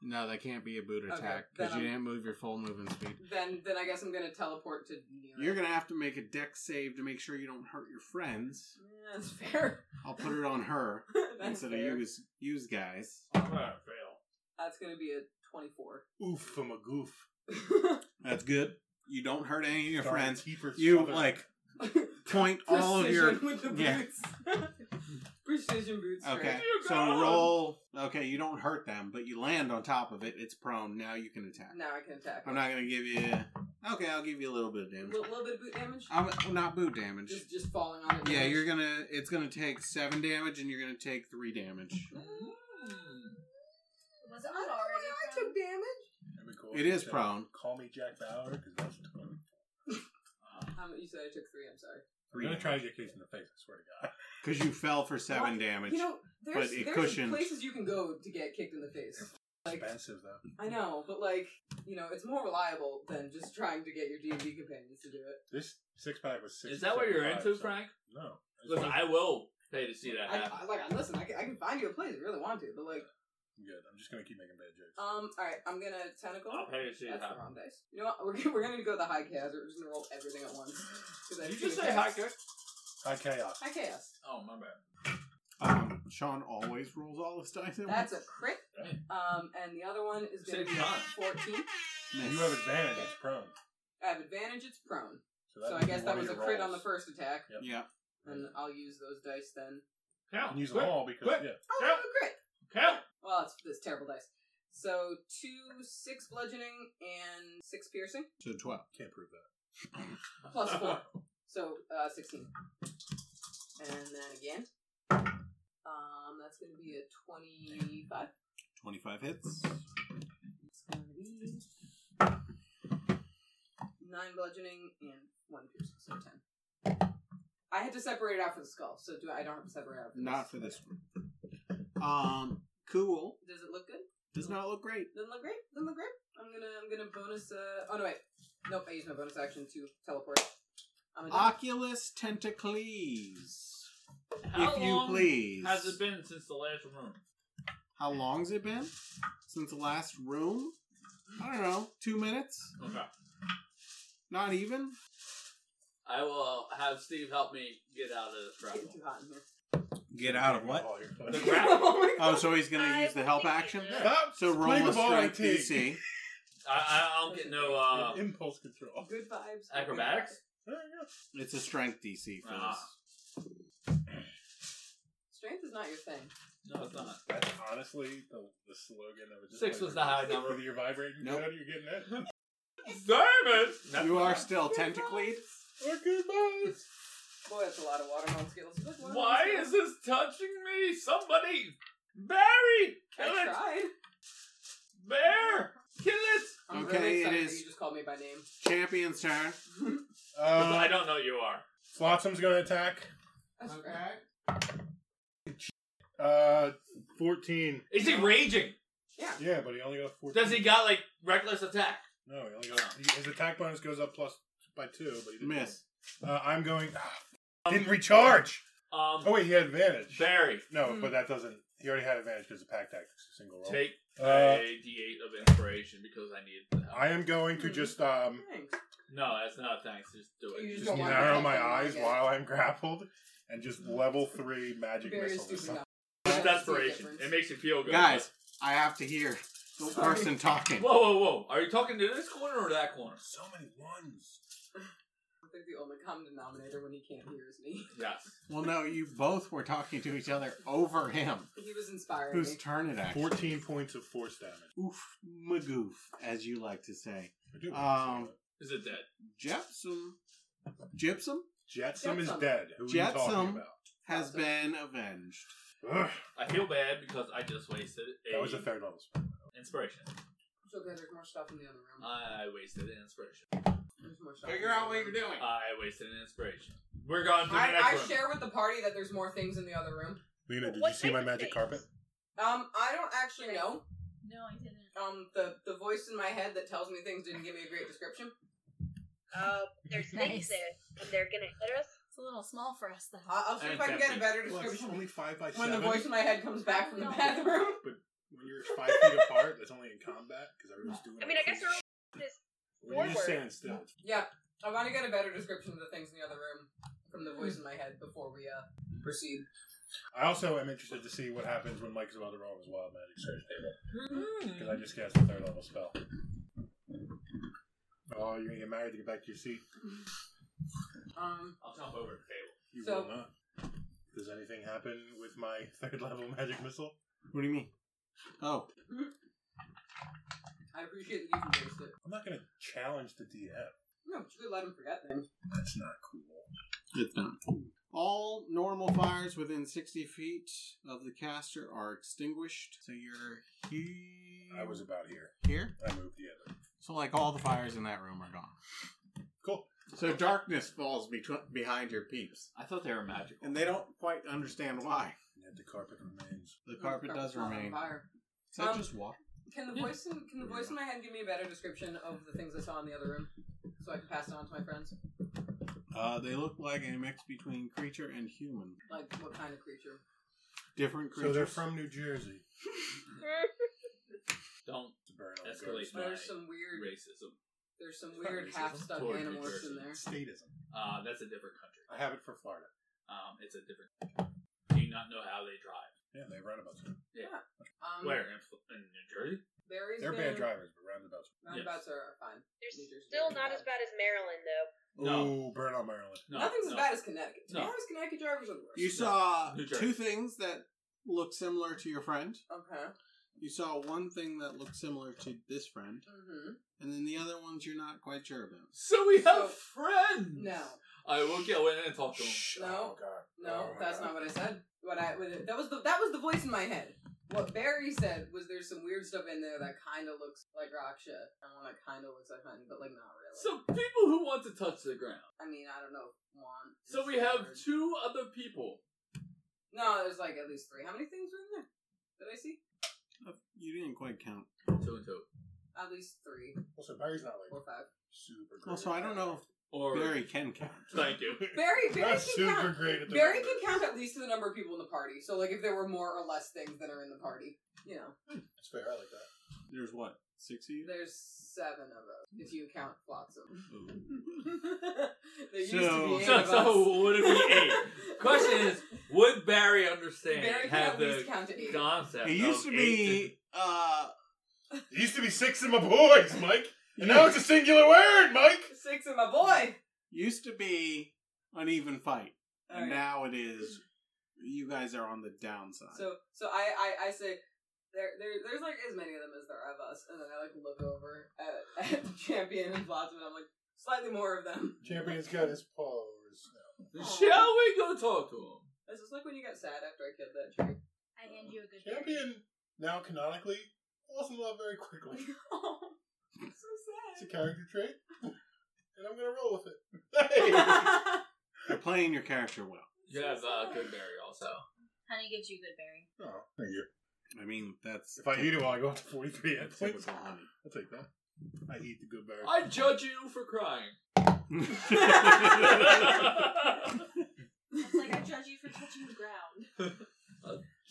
S3: No, that can't be a boot
S5: Okay,
S3: attack
S5: then
S3: because you
S5: I'm-
S3: didn't move your full movement speed.
S5: Then, then I guess I'm gonna teleport to near.
S3: You're gonna have to make a deck save to make sure you don't hurt your friends.
S5: Yeah, <laughs> that's fair. <laughs>
S3: I'll put it on her
S5: that's
S3: instead
S5: fair.
S3: of you, as- yous guys.
S6: I'm gonna fail.
S5: That's gonna be a twenty-four. <laughs>
S2: Oof from a goof.
S3: That's good. You don't hurt any of your
S2: Darn <laughs>
S3: friends.
S2: Kiefer
S3: You
S2: Sutherland.
S3: like
S5: <laughs>
S3: point all of your.
S5: Precision with the
S3: yeah.
S5: boots. <laughs> Precision boots.
S3: <laughs> Okay,
S5: right?
S3: so roll. Okay, you don't hurt them, but you land on top of it. It's prone. Now you can attack.
S5: Now I can attack.
S3: I'm not gonna give you. Okay, I'll give you a little bit of
S5: A
S3: damage.
S5: little, little bit of boot damage.
S3: I'm well, not boot damage.
S5: Just just falling on it.
S3: Yeah, you're gonna. It's gonna take seven damage, and you're gonna take three
S5: <laughs>
S3: damage.
S6: Mm.
S9: Was
S5: I
S9: it
S5: don't know
S9: already?
S5: why I
S9: from-
S5: took damage.
S2: That'd be cool.
S3: It is
S2: Yeah.
S3: prone.
S2: Call me Jack Bauer because that's what I'm <laughs>
S5: Um, you said I took three. I'm sorry.
S2: I'm gonna try to get Case in the face. I swear
S6: <laughs>
S2: to God.
S3: Because you fell for seven
S5: Why-
S3: damage.
S5: You know, there's,
S3: But it
S5: there's
S3: cushioned.
S5: places you can go to get kicked in the face. Like
S2: Expensive though.
S5: I know, but like you know, it's more reliable than just trying to get your D and D companions to do it.
S2: This six pack was six.
S6: Is that what you're
S2: so-
S6: into, Frank?
S2: No. It's
S6: Listen,
S2: fine.
S6: I will pay to see that happen.
S5: I, I like listen. I can, I can find you a place if you really want to, but like,
S2: I'm good. I'm just gonna keep making bad jokes.
S5: um, all right, I'm gonna tentacle.
S6: I'll pay to see that
S5: That's the wrong
S6: happen.
S5: dice. You know what? <laughs> We're, gonna- we're gonna go the high chaos. We're just gonna roll everything at once. <laughs> 'Cause I have
S6: Did you
S5: two
S6: just say
S5: attacks.
S6: high kick?
S2: High chaos.
S5: High chaos.
S6: Oh my bad.
S3: Um, Sean always rolls all his dice at
S5: That's a
S3: once.
S6: <laughs>
S5: crit. Um, and the other one is gonna
S6: Save
S5: be
S6: time.
S5: fourteen.
S3: Miss.
S2: You have
S6: <laughs>
S2: advantage. It's prone.
S5: <laughs> I have advantage. It's prone.
S2: that
S5: So I
S2: would be
S5: guess
S2: one
S5: that
S2: of
S5: was a
S2: your
S5: crit on the
S2: rolls.
S5: first attack,
S2: Yep.
S3: Yeah.
S5: and I'll use those dice then.
S2: You
S6: Count.
S2: can use
S6: Quick.
S2: them all because
S6: Quick.
S2: yeah.
S5: Oh, I
S6: Yep.
S5: have a crit.
S6: Count.
S5: Well, it's this terrible dice. So two, six bludgeoning and six piercing,
S3: So twelve.
S2: Can't prove that.
S6: <laughs>
S5: plus four, so uh, sixteen. And then again, um, that's going to be a twenty-five.
S3: Twenty-five hits.
S5: It's going to be nine bludgeoning and one piercing, so ten. I had to separate it out for the skull, so do I, I don't have to separate it out. For
S3: Not for this one. Um, cool.
S5: Does it look good?
S3: Does not look great.
S5: Doesn't look great. Doesn't look great. I'm gonna I'm gonna bonus. Uh, oh no wait, nope. I used my bonus action to teleport. I'm a
S3: Oculus tentacles.
S6: How
S3: if
S6: long
S3: you please.
S6: Has it been since the last room?
S3: How long's it been since the last room? I don't know. Two minutes?
S6: Okay.
S3: Not even.
S6: I will have Steve help me get out of this
S5: It's
S6: grapple.
S5: getting too hot in here.
S3: Get out of
S2: All your
S6: The
S2: fun.
S5: <laughs>
S6: grapple.
S3: Oh, so he's gonna
S7: I
S3: use the help
S7: believe
S3: action.
S2: <laughs>
S7: it.
S2: Stop.
S3: So roll
S2: Play
S3: a
S2: the ball I
S3: strength
S2: take.
S3: DC.
S6: I, I, I don't get no uh,
S2: Impulse
S3: Oh.
S6: <laughs>
S2: control.
S5: Good vibes.
S6: acrobatics.
S2: There you go.
S3: It's a strength DC for
S6: Ah.
S3: this.
S5: Strength is not your thing.
S6: No, it's not.
S2: That's honestly the, the slogan that was just
S6: Six
S2: like,
S6: was the high number.
S2: Whether you're vibrating
S3: Nope.
S2: good or you're getting it.
S6: <laughs> Damn
S3: You are still tentacled.
S2: We're good
S6: <laughs>
S2: boys.
S5: Boy, that's a lot of watermelon skills. Look, watermelon
S6: Why
S5: skills.
S6: is this touching me? Somebody, Barry, kill
S5: I
S6: it!
S5: tried.
S6: Bear, kill it!
S5: I'm
S3: Okay,
S5: really
S3: it
S5: excited
S3: is-
S5: That you just called me by name. <laughs>
S3: Champion's turn.
S6: I
S2: Uh,
S6: don't know you are.
S2: Flotsam's gonna attack.
S5: That's
S3: Okay.
S5: right.
S2: Uh, fourteen.
S6: Is he raging?
S2: Yeah, but he only got a 14.
S6: Does he got like reckless attack?
S2: No, he only got. He, his attack bonus goes up plus by two, but he didn't.
S3: Miss.
S2: Uh, I'm going.
S6: Um,
S2: didn't recharge!
S6: Um,
S2: Oh, wait, he had advantage.
S6: Barry,
S2: no,
S5: Hmm.
S2: but that doesn't. He already had advantage because of pack tactics, a single roll.
S6: take
S2: Uh,
S6: a D8 of inspiration because I need the help.
S2: I am going
S6: Hmm.
S2: to just um,
S5: Thanks.
S6: no, that's not thanks. Just do it.
S5: You
S6: Just
S2: just
S5: don't want
S2: narrow
S5: that.
S2: my
S5: You don't
S2: eyes
S5: like it.
S2: while I'm grappled and just level three magic
S5: Mm. Very
S2: missile. this
S5: stupid.
S2: time.
S5: guy.
S6: It's
S5: I don't see a
S6: desperation.
S5: difference.
S6: It makes you feel good.
S3: Guys, I have to hear the
S5: Sorry.
S3: person talking.
S6: Whoa, whoa, whoa. Are you talking to this corner or that corner?
S2: So many ones.
S5: I think the only common denominator when he can't hear is me. <laughs>
S6: Yes.
S3: Well, no, you both were talking to each other over him.
S5: He was inspiring
S3: Whose
S5: me.
S3: turn it actually?
S2: Fourteen points of force damage.
S3: Oof, magoof, as you like to say.
S2: I do
S3: Um,
S6: Is it dead?
S3: Gypsum, gypsum
S2: Jetsam is
S5: Jetsam.
S2: dead. Who are you talking
S3: Jetsam.
S2: about?
S3: has been avenged.
S2: Ugh,
S6: I feel bad because I just wasted a
S2: that was a third level. spell.
S6: inspiration.
S5: It's okay, there's more stuff in the other room.
S6: I wasted an inspiration.
S5: There's more stuff
S3: Uh, Figure
S5: in the
S3: out
S5: other
S3: what you're
S5: room.
S3: doing.
S6: I wasted an inspiration. We're going to the next
S5: I, I
S6: one.
S5: share with the party that there's more things in the other room.
S2: Lena, did
S7: What
S2: you see my
S7: type of
S2: magic
S7: things?
S2: carpet?
S5: Um, I don't actually know.
S9: No, I didn't.
S5: Um, the the voice in my head that tells me things didn't give me a great description.
S7: Uh, there's things
S9: Nice.
S7: there, and they're gonna hit us.
S9: It's a little small for us, though.
S5: I- I'll see if I can get a better
S2: Well, it's
S5: description
S2: only five by
S5: <laughs> when
S2: seven.
S5: the voice in my head comes back from the bathroom. <laughs>
S2: When you're five feet apart, that's only in combat because everyone's doing.
S7: I mean, I guess we're all just
S2: When you're just standing
S7: forward.
S2: still.
S5: Yeah, I want to get a better description of the things in the other room from the voice in my head before we uh proceed.
S2: I also am interested to see what happens when Mike's about to roll his wild magic search table because
S6: Hmm.
S2: I just cast a third level spell. Oh, you're gonna get married to get back to your seat.
S5: Um,
S6: I'll jump over the table.
S2: You
S5: So-
S2: will not. Does anything happen with my <laughs> third level magic missile?
S3: What do you mean? Oh,
S5: I appreciate that you embraced it.
S2: I'm not gonna challenge the DM.
S5: No, but you could let him forget things.
S2: That's not cool.
S3: it's not. All normal fires within 60 feet of the caster are extinguished. So you're here.
S2: I was about here.
S3: here.
S2: I moved the other.
S3: So, like, all the fires in that room are gone.
S2: Cool.
S3: So darkness falls betw- behind your peeps,
S8: I thought they were magical.
S3: and they don't quite understand why.
S2: Yet the carpet remains.
S3: The carpet does
S5: Carpet's not on
S3: remain.
S5: fire.
S3: Is that
S5: Um,
S3: just walk?
S5: Can the voice in, can the voice in my head give me a better description of the things I saw in the other room, so I can pass it on to my friends?
S3: Uh, they look like a mix between creature and human.
S5: Like what kind of creature?
S3: Different
S2: So
S3: creatures.
S2: they're from New Jersey.
S7: <laughs>
S6: Don't
S2: To burn all
S6: Escalate.
S2: ghosts.
S5: There's
S6: My
S5: some weird.
S6: racism.
S5: There's some weird
S6: Racism
S5: half stuck
S6: toward New
S5: animals in
S6: Jersey.
S5: there.
S2: Statism.
S6: Uh, that's a different country.
S2: I have it for Florida.
S6: Um, it's a different. Do you not know how they drive?
S2: Yeah, they roundabouts.
S5: Um,
S6: Where in, Fl- in New Jersey?
S5: Barry's
S2: They're
S5: been,
S2: bad drivers, but roundabouts.
S5: Roundabouts are fine.
S7: They're
S5: New Jersey
S7: still
S5: is
S7: not
S5: bad.
S7: as bad as Maryland, though.
S6: No.
S2: Ooh, burn on Maryland.
S6: No,
S5: Nothing's
S6: no.
S5: as bad as Connecticut. To be
S6: No.
S5: honest, Connecticut drivers are the worst.
S3: you saw
S6: New Jersey.
S3: two things that look similar to your friend.
S5: Okay.
S3: You saw one thing that looked similar to this friend,
S5: Mm-hmm.
S3: and then the other ones you're not quite sure about.
S6: So we
S5: So-
S6: have friends.
S5: No,
S6: I will go in and talk to him.
S2: Shh. Oh,
S5: No.
S2: God.
S5: no,
S2: Oh, my
S5: that's
S2: God.
S5: not what I said. What I what, that was the that was the voice in my head. What Barry said was there's some weird stuff in there that kind of looks like Raksha, and one that kind of looks like honey, but like not really.
S6: So people who want to touch the ground.
S5: I mean, I don't know. if One. is
S6: So we
S5: the
S6: have
S5: word.
S6: two other people.
S5: No, there's like at least three. How many things were in there? Did I see?
S3: Uh, You didn't quite count.
S6: Two and two.
S5: At least three
S2: Also, Barry's not like
S5: or five.
S2: super great.
S3: Also, I don't know
S6: Or
S3: if Barry can count.
S6: Thank you.
S5: Barry, Barry
S2: Not
S5: can
S2: super
S5: count.
S2: great at the
S5: Barry
S2: numbers.
S5: can count at least to the number of people in the party. So like if there were more or less things that are in the party, you know,
S2: That's fair. I like that.
S3: There's what six of you.
S5: there's seven of us if you count Flotsam.
S3: Ooh.
S5: <laughs> there used
S3: So-
S5: to be eight
S6: So,
S5: of us.
S6: so would it
S5: <laughs>
S6: be eight? Question is, would Barry understand?
S5: Barry can
S6: have
S5: at least
S6: the
S5: count to eight.
S6: concept.
S3: It used
S6: of
S3: to
S6: eight
S3: be uh,
S2: It used to be six of my boys, Mike, and now it's a singular word, Mike.
S5: Six of my boy.
S3: used to be uneven fight.
S5: All
S3: And
S5: right.
S3: now it is. You guys are on the downside.
S5: So so I, I I say there there there's like as many of them as there are of us, and then I like look over at, <laughs> at Champion and Flotsam, and I'm like slightly more of them. <laughs>
S2: Champion's got his paw over his snout.
S6: to- Shall we go talk to him?
S5: This is like when you got sad after I killed that tree.
S9: I hand you a good berry.
S2: Champion now canonically falls in love very quickly.
S5: oh,
S2: It's
S5: so
S2: <laughs> a
S5: sad. <laughs>
S2: character trait, and I'm gonna roll with <laughs> it. Hey,
S3: You're playing your character well.
S6: You have uh, good Barry also.
S9: Honey gives you a good berry.
S2: oh, thank you.
S3: I mean, that's
S2: If I eat it while I go up to 43 hit
S3: that's
S2: points,
S3: typical
S2: I'll take that. I eat the good berry.
S6: I judge you
S3: <laughs>
S6: for crying.
S3: honey.
S9: It's like I judge you for touching the ground.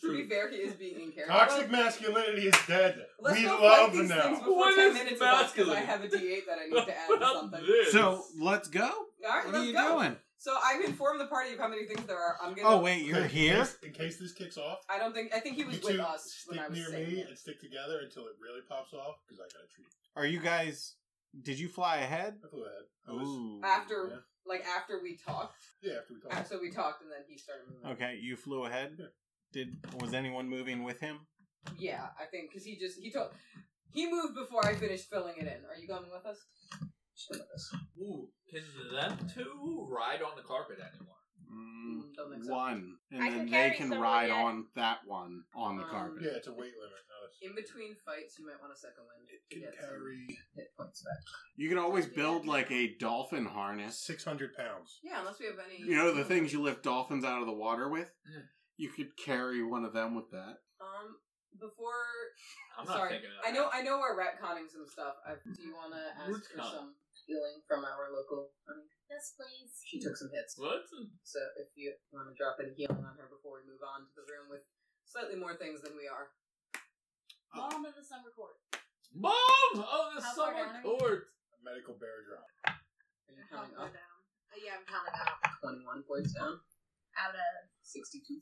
S5: To be fair, he is being in character.
S2: Toxic masculinity is dead.
S5: Let's
S2: we
S5: go
S2: love
S5: fight these things
S2: now.
S5: before
S6: What
S5: 10
S6: is
S5: minutes is up, 'cause I
S6: masculine?
S5: have a D8 that I need to add to
S6: About
S5: something.
S6: this.
S1: So let's go.
S5: All right,
S1: What are
S5: let's
S1: you
S5: go.
S1: doing?
S5: So I've informed the party of how many things there are. I'm gonna.
S1: Oh wait,
S2: Okay,
S1: you're
S2: in
S1: here.
S2: case- In case this kicks off,
S5: I don't think. I think he
S2: you
S5: was with
S2: two
S5: us when I
S2: stick
S5: was
S2: near
S5: saying
S2: me
S5: it.
S2: and stick together until it really pops off, because I got a treat.
S1: Are you guys? Did you fly ahead?
S2: I flew ahead. I was,
S1: Ooh.
S5: After,
S2: Yeah.
S5: like, after we talked.
S2: yeah, after we talked.
S5: After we talked, and then he started moving.
S1: Okay, you flew ahead. Did was anyone moving with him?
S5: Yeah, I think because he just he told he moved before I finished filling it in. Are you going with us?
S3: Mm,
S6: Ooh, can them two ride on the carpet anymore?
S3: Mm,
S5: Don't think so.
S3: one, and
S7: I
S3: then
S7: can
S3: they
S7: carry
S3: can
S7: someone
S3: ride
S7: yet.
S3: on that one on the
S5: Um,
S3: carpet.
S2: Yeah, it's a weight limit. Not a,
S5: In between fights, you might want a second wind.
S2: It
S5: to
S2: can
S5: get some
S2: carry
S5: hit points back.
S3: You can always build like a dolphin harness.
S2: 600 pounds.
S5: Yeah, unless we have any.
S3: You know the things you lift dolphins out of the water with.
S6: Yeah.
S3: You could carry one of them with that.
S5: Um, before
S6: I'm not
S5: Sorry,
S6: thinking of
S5: I know. I
S6: that.
S5: know we're retconning some stuff. I, do you want to ask
S6: Let's
S5: for
S6: con.
S5: some healing from our local? I mean,
S9: Yes, please.
S5: she took some hits,
S6: What?
S5: so if you want to drop any healing on her before we move on to the room with slightly more things than we are.
S9: Bottom of the summer court.
S6: Mom! Oh, the
S9: How far down
S6: summer
S9: are you?
S6: court.
S2: Medical bear drop.
S5: Are you counting
S9: How far
S5: up?
S9: down? Uh, yeah, I'm counting up.
S5: Twenty-one points down.
S9: Out of
S5: Sixty-two.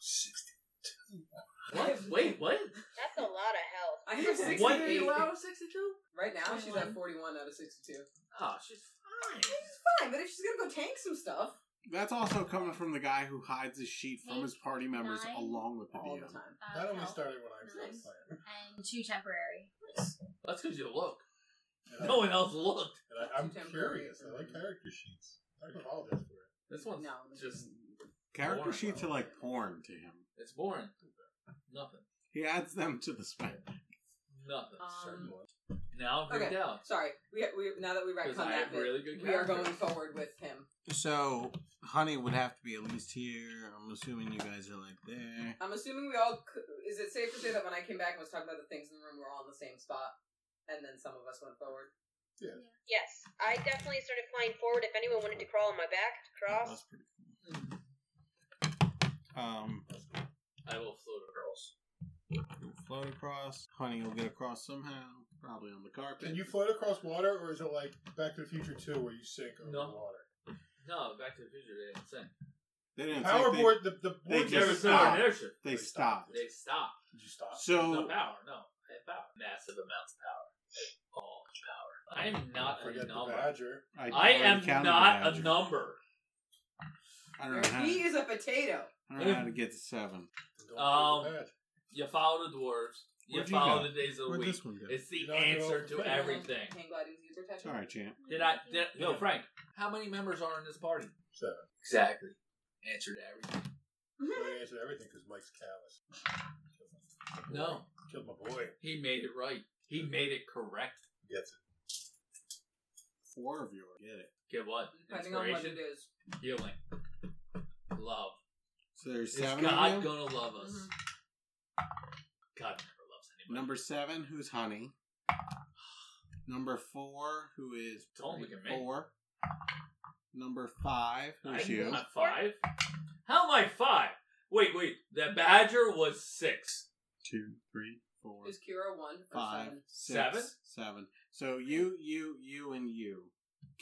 S9: 60.
S6: What? Wait, what?
S7: That's a lot of health.
S5: I have sixty-eight.
S6: What did you allow? 62?
S5: Right now, she's at
S9: 21.
S5: forty-one out of sixty-two.
S6: Oh, she's fine.
S5: She's fine, but if she's gonna go tank some stuff
S3: That's also coming from the guy who hides his sheet from his party members
S9: Nine.
S3: along with the
S5: all
S3: DM.
S5: the time,
S9: Uh,
S2: That only
S9: health
S2: started when I started
S5: <laughs>
S9: Nice.
S2: playing.
S9: And two temporary.
S6: That's because you look.
S2: And
S6: No
S2: I,
S6: one else looked.
S2: and I, I'm
S5: Contemporary.
S2: curious. I like character sheets. I can apologize for it.
S6: This one's
S5: No.
S6: just,
S3: Character
S6: Porn.
S3: sheets are like porn to him.
S6: it's boring. Nothing.
S3: He adds them to the spec.
S6: Nothing.
S5: Um,
S6: now I'm freaked
S5: okay.
S6: out.
S5: Sorry, we, we now that we retcon
S6: Because I
S5: that
S6: have
S5: bit,
S6: really good
S5: we are going
S6: characters.
S5: forward with him.
S1: So honey would have to be at least here. I'm assuming you guys are like there.
S5: I'm assuming we all. c- Is it safe to say that when I came back and was talking about the things in the room, we're all in the same spot, and then some of us went forward?
S7: Yes, I definitely started flying forward. If anyone wanted to crawl on my back, to cross.
S1: That's pretty cool. Um,
S6: I will float a girls.
S1: you'll float across. Honey will get across somehow, probably on the carpet.
S2: Can you float across water, or is it like Back to the Future 2 where you sink over
S6: No.
S2: water?
S6: No, Back to the Future, they didn't sing.
S1: They didn't
S2: Power
S1: think they-
S2: board, the, the
S1: they
S2: board
S1: just
S6: There was no
S1: stopped.
S6: inertia.
S1: They, stopped.
S6: They stopped.
S2: Did you stop?
S6: No
S1: So
S6: power, no. I have power. Massive amounts of power. All power. I am not a
S2: Forget the
S6: number.
S2: badger.
S6: I
S1: already
S6: am
S1: counted
S6: not
S1: the
S6: a
S1: badger.
S6: number.
S1: I don't know how.
S5: He is a potato.
S1: I don't know how to get to seven.
S2: Don't forget the
S6: Um,
S2: badger.
S6: You follow the dwarves. You
S1: Where'd you
S6: follow
S1: go?
S6: the days of the
S1: Where'd
S6: week.
S1: this one go?
S6: It's the
S2: You're not
S6: answer
S2: going
S6: to
S2: over there.
S6: everything.
S5: Hang gliding's user protection.
S1: Sorry, champ.
S6: Did I? Did, no, Frank. How many members are in this party?
S2: Seven.
S6: Exactly. Answer to everything.
S2: Well, he answered everything because Mike's callous.
S6: No,
S2: Killed my boy.
S6: he made it right. He made it correct.
S2: Gets it.
S3: Four of you will get it.
S6: Get what?
S5: Depending on what it
S6: Inspiration,
S5: is.
S6: healing, love.
S3: So there's
S6: Is
S3: seven
S6: God
S3: of you.
S6: gonna love us?
S5: Mhm. Mm-hmm.
S6: God never loves anybody.
S3: Number seven, who's Honey. Number four, who is
S6: Don't Oh, look at me.
S3: four. Number five,
S6: I-
S3: who's you.
S6: I'm five. How am I five? Wait, wait. The badger was six.
S3: Two, three, four,
S5: Is Kira one or
S3: five,
S5: seven?
S3: six,
S6: Seven?
S3: seven. So you, you, you, and you.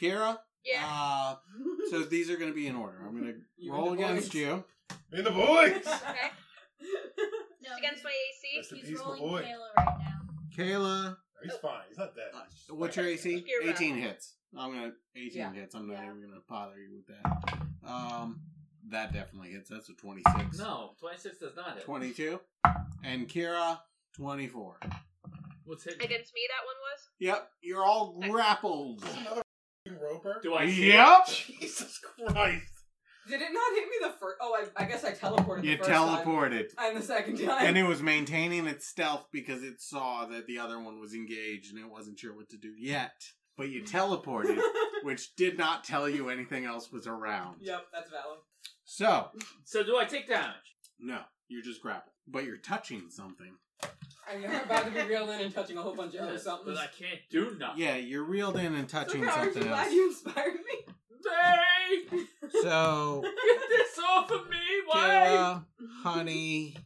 S3: Kira?
S7: Yeah.
S3: Uh, <laughs> so these are going to be in order. I'm going to
S5: You
S3: roll
S5: and the
S3: against
S5: boys.
S3: you.
S2: In the boys!
S7: okay.
S5: <laughs>
S9: No,
S7: It's against my
S2: Ah.
S7: AC.
S2: That's a
S9: he's, he's
S2: beast, my
S9: rolling
S2: boy.
S9: Kayla right now.
S3: Kayla,
S2: <laughs> He's fine. He's not dead. He's just
S3: what's
S2: like-
S3: your AC?
S7: Kira.
S3: 18 hits. I'm going to, 18
S5: Yeah.
S3: hits. I'm not
S9: Yeah.
S3: even going to bother you with that. Um, that definitely hits. That's a 26.
S6: No, twenty-six does not hit.
S3: 22. And Kira, 24.
S6: What's hitting?
S7: Against me, that one was.
S3: Yep, you're
S5: <laughs>
S3: all grappled.
S2: Is Another f***ing roper?
S6: Do I see? it?
S3: Yep.
S2: Jesus Christ.
S5: Did it not hit me the first? Oh, I, I guess I teleported.
S3: You
S5: the first Time.
S3: teleported.
S5: And the second time. <laughs>
S3: And it was maintaining its stealth because it saw that the other one was engaged and it wasn't sure what to do yet. But you teleported,
S5: <laughs>
S3: which did not tell you anything else was around.
S5: yep, that's valid.
S3: So,
S6: So do I take damage?
S3: no, you're just grappled. But you're touching something.
S5: And you're about to be reeled in and touching a whole bunch of other
S6: Yes,
S5: something.
S6: but I can't do nothing.
S3: Yeah, you're reeled in and touching
S5: aren't you
S3: something
S5: glad
S3: else.
S5: you inspired me?
S6: May, <laughs> get
S5: <laughs>
S3: So,
S6: this off of me, why?
S3: Kayla, honey,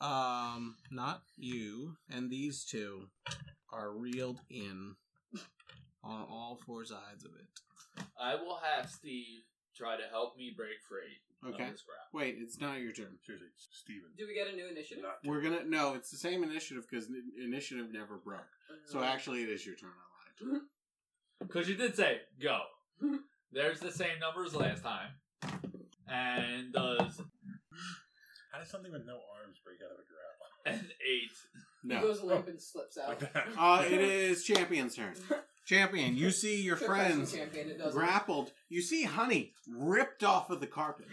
S3: um, not you, and these two are reeled in on all four sides of it.
S6: I will have Steve try to help me break free
S3: Okay.
S6: of this crap.
S3: Wait, it's not your turn.
S2: Seriously, Steven.
S5: Do we get a new initiative?
S2: Not
S3: We're gonna no, it's the same initiative because initiative never broke.
S5: Uh,
S3: So actually, it is your turn. I
S5: <laughs>
S3: lied.
S6: Because you did say
S2: <laughs>
S6: go. There's the same numbers last time, and does
S2: How does something with no arms break out of a grapple?
S6: an eight.
S5: He
S3: No,
S5: goes limp and slips
S2: <laughs>
S5: out.
S2: Like that.
S3: <laughs> uh, it is champion's
S5: <laughs>
S3: turn. Champion, you see your
S5: Trick
S3: friends
S5: question champion, it doesn't.
S3: grappled. You see Honey ripped off of the carpet.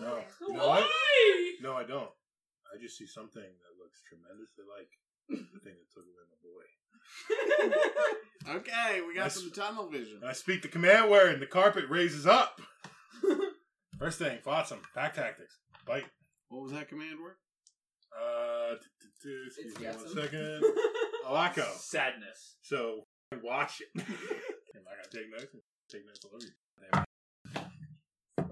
S2: No. You know
S6: Why?
S2: what? No, I don't. I just see something that looks tremendously like the thing that took away my boy.
S3: Okay, we got
S2: That's-
S3: some tunnel vision.
S2: And I speak the command word, and the carpet raises
S3: <laughs>
S2: up. First thing, flotsam, pack tactics, bite.
S3: What was that command word?
S2: Uh, t- t- t- excuse
S5: It's
S2: me one
S5: guessing.
S2: second. Alaco.
S3: <laughs>
S6: Sadness.
S2: So
S6: <laughs>
S2: watch it. Am I gonna take notes? Take notes all over you. Damn it.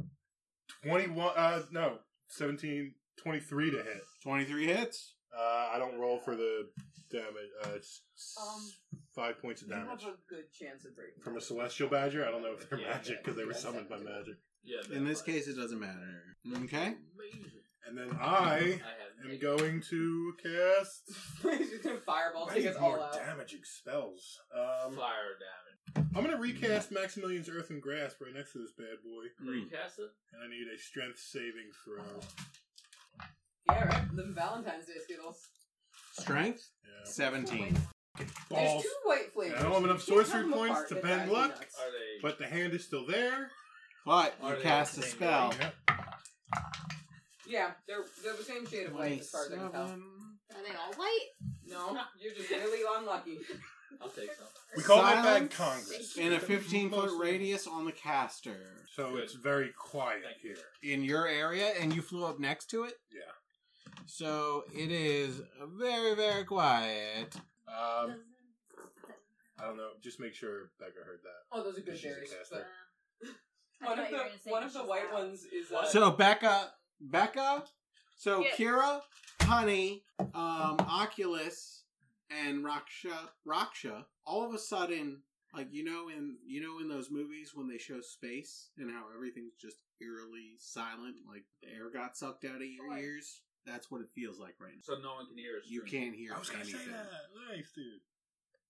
S2: Twenty-one. Uh, no, 17, 23 to hit.
S3: Twenty-three hits.
S2: Uh, I don't roll for the damage. Uh, it's
S5: Um,
S2: five points of
S5: You have
S2: damage
S5: a good chance of breaking.
S2: from a
S5: that.
S2: celestial badger. I don't know if they're
S6: Yeah,
S2: magic because they were
S5: yeah,
S2: summoned by
S5: yeah.
S2: magic.
S6: Yeah.
S3: In
S6: that
S3: this
S6: part.
S3: case, it doesn't matter. Okay.
S6: Amazing.
S2: And then I
S6: I have
S2: am
S6: eight.
S2: going to cast.
S5: <laughs> He's just gonna fireball,
S2: I
S5: take
S2: need
S5: us all
S2: more
S5: out.
S2: damaging spells. Um,
S6: fire damage.
S2: I'm gonna recast Maximilian's Earth and Grasp right next to this bad boy,
S6: Recast it.
S2: and I need a Strength saving
S5: Oh.
S2: throw.
S5: Yeah, right. Living Valentine's Day skittles.
S3: Strength
S2: Yeah.
S3: seventeen.
S5: There's
S2: Balls.
S5: two white
S2: And
S5: flavors.
S2: I don't have enough
S5: You can't
S2: sorcery
S5: have them
S2: points
S5: apart.
S2: to
S5: That
S2: bend
S5: drives me
S2: luck. Uh,
S5: nuts.
S6: Are they?
S2: But the hand is still there.
S3: But
S6: Are
S3: you
S6: they
S3: cast a
S6: the same
S3: spell.
S2: Yeah.
S5: Yeah, they're they're the same shade of white as far as I can tell.
S3: 27.
S9: Are they all white?
S5: No, you're just really unlucky.
S6: I'll take some.
S2: We call that bad
S3: Silence
S2: Congress.
S3: In a fifteen
S2: Mostly.
S3: foot radius on the caster.
S2: So
S6: Good.
S2: it's very quiet
S6: Thank
S2: here.
S6: you.
S3: in your area and you flew up next to it?
S2: Yeah.
S3: So it is very, very quiet.
S2: Um, I don't know. Just make sure Becca heard that.
S5: Oh, those are good
S2: She's a
S5: berries.
S2: caster.
S5: but <laughs> One of the one of the white ones is uh,
S3: So Becca, Becca, so
S7: Yes.
S3: Kira, Honey, um, Oculus, and Raksha, Raksha, all of a sudden, like you know in you know in those movies when they show space and how everything's just eerily silent, like the air got sucked out of your
S7: Right.
S3: ears. That's what it feels like right now.
S6: So no one can hear us.
S3: You
S6: scream.
S3: can't hear
S2: I was gonna
S3: anything.
S2: say that. Nice, dude.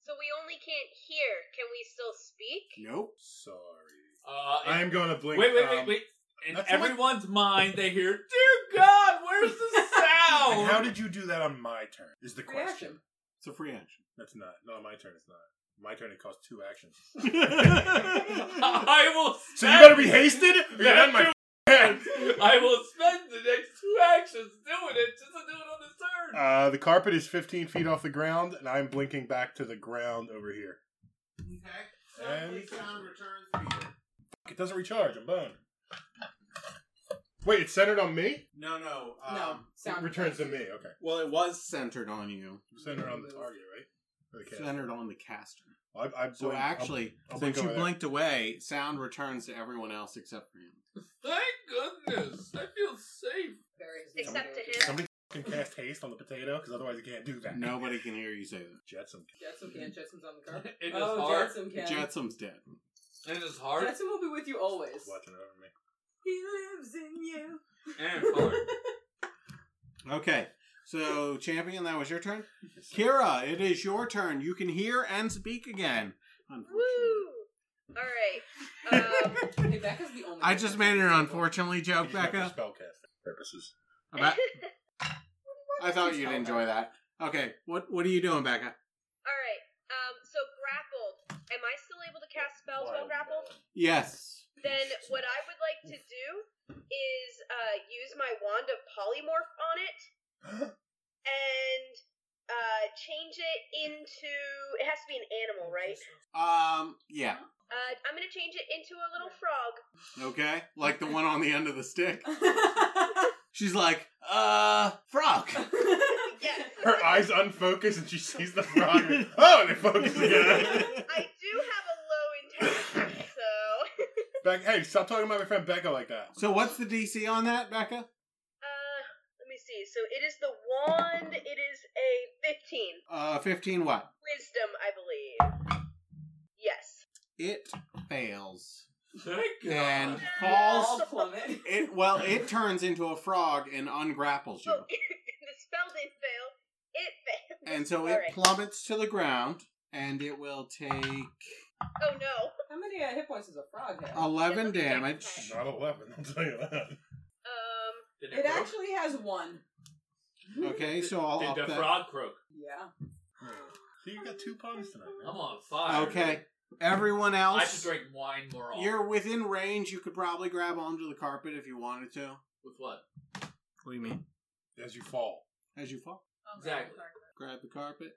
S7: So we only can't hear. Can we still speak?
S3: Nope.
S2: Sorry.
S6: Uh,
S2: I am going to blink.
S6: Wait, wait,
S2: um,
S6: wait, wait. In
S2: that's what-
S6: everyone's mind, they hear, "Dear God, where's the
S2: and <laughs> how
S6: sound?"
S2: did you do that on my turn? Is the question.
S5: reaction.
S3: It's a free action.
S2: That's not. No, on my turn it's not. My turn it costs two
S6: <laughs>
S2: actions. <laughs>
S6: I will.
S3: <laughs>
S2: So
S6: Spend,
S2: you gotta be hasted? Or you're in my <laughs> head.
S6: <laughs> I will spend the next two actions doing it just to do it on this turn.
S2: Uh, the carpet is 15 feet off the ground, and I'm blinking back to the ground over here.
S3: Okay.
S2: And-
S3: sound returns to you.
S2: It doesn't recharge. I'm boned. Wait, it's centered on me?
S3: No, no. Um,
S5: no, sound
S2: it returns to me. Okay.
S3: Well, it was centered on you.
S2: Centered on the target, right? Or the cast.
S3: Centered on the caster.
S2: I, I blink,
S3: So actually,
S2: I'll- I'll blink
S3: since you
S2: over there.
S3: blinked away, sound returns to everyone else
S2: <laughs>
S3: except for him.
S6: Thank goodness, I feel safe.
S5: Berries.
S7: Except to
S2: I'll-
S7: him.
S2: somebody can cast haste on the potato because otherwise you can't do that. <laughs>
S3: Nobody can hear you say that.
S2: Jetsam.
S5: Jetsam can. Jetsam's on the
S6: <laughs>
S5: carpet.
S6: In his
S5: oh,
S6: heart.
S5: Jetsam can.
S3: Jetsam's dead.
S2: Mm.
S6: In his heart
S5: Jetsam will be with you always.
S2: Watching over me.
S5: He lives in you.
S6: and his heart.
S3: Okay. So, champion, that was your turn. Kira, it is your turn. You can hear and speak again. Unfortunately.
S7: Woo! All right. Um,
S5: Hey, Becca's the only.
S3: I just made an
S5: <laughs>
S3: unfortunately joke,
S2: He's not for
S3: Becca.
S2: Spellcasting purposes.
S3: About- I thought you'd enjoy that. Okay, what what are you doing, Becca?
S7: all right. Um, so grappled. Am I still able to cast spells while
S2: Wild
S7: grappled?
S2: man.
S3: Yes.
S7: Then what I would like to do is uh, use my wand of polymorph on
S2: <gasps>
S7: it and uh, change it into. It has to be an animal, right?
S3: Um. Yeah.
S7: Uh, I'm gonna change it into a little frog.
S3: Okay. Like the one on the end of the stick.
S5: unfortunate.
S2: <laughs>
S3: She's like, uh, frog.
S7: Yes.
S2: Her eyes unfocus and she sees the frog. oh, they focus <laughs> again.
S7: <laughs> I do have a low intelligence, so <laughs>
S2: Back, hey, stop talking about my friend Becca like that.
S3: So what's the DC on that, Becca?
S7: uh, let me see. So it is the wand. It is a fifteen
S3: Uh, 15 what?
S7: wisdom, I believe. Yes.
S3: It fails.
S6: <laughs> Thank God.
S3: And
S5: Balls
S3: falls.
S5: plummet.
S3: It Well, it turns into a frog and ungrapples you.
S7: Oh, <laughs> the spell didn't fail. It failed.
S3: <laughs> And so
S7: All
S3: it
S7: right.
S3: plummets to the ground and it will take
S7: Oh no.
S5: How many uh, hit points does a frog have?
S3: 11
S7: Okay.
S3: damage.
S2: <laughs> Not 11, I'll tell you that.
S7: Um.
S6: Did
S5: It
S6: croak?
S5: actually has one.
S3: Okay, so I'll
S6: Did
S3: up
S6: the
S3: that.
S6: frog croak?
S5: Yeah.
S2: See, you got two puns tonight. man.
S6: I'm on fire.
S3: Okay. Everyone
S6: I should
S3: else,
S6: drink wine more often.
S3: you're within range. You could probably grab onto the carpet if you wanted to.
S6: With what?
S3: What do you mean?
S2: As you fall.
S3: As you fall,
S6: Exactly.
S3: grab the carpet.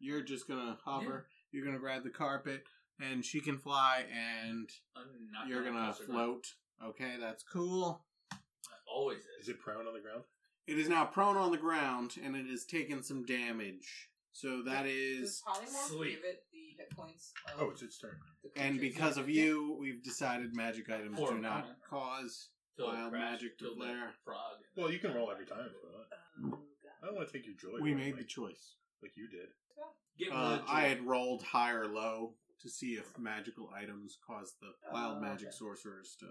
S3: You're just gonna hover. You're gonna grab the carpet, and she can fly, and
S6: I'm not
S3: you're gonna
S6: touch her,
S3: float. Okay, that's cool.
S6: but I Always
S2: Is
S6: is.
S2: it prone on the ground?
S3: It is now prone on the ground, and it is taking some damage. So that
S5: Does
S3: is,
S5: polymorph
S6: Sleep.
S5: give it the hit points? Of
S2: Oh, it's its turn.
S5: the creature?
S3: and because of you, we've decided magic items
S6: Poor
S3: do not
S6: man.
S3: cause
S6: Till it
S3: wild
S6: crashed,
S3: magic to
S6: killed that
S3: flare. Uh,
S6: Frog.
S2: Well, you can roll every time if you want.
S5: Oh,
S2: I don't want to take your joy.
S3: We
S2: away,
S3: made the
S2: like,
S3: choice.
S2: like you did.
S6: Get
S3: Uh,
S6: rid of
S3: I
S6: it.
S3: had rolled high or low to see if magical items caused the wild
S5: Oh,
S3: magic
S5: okay.
S3: sorcerers to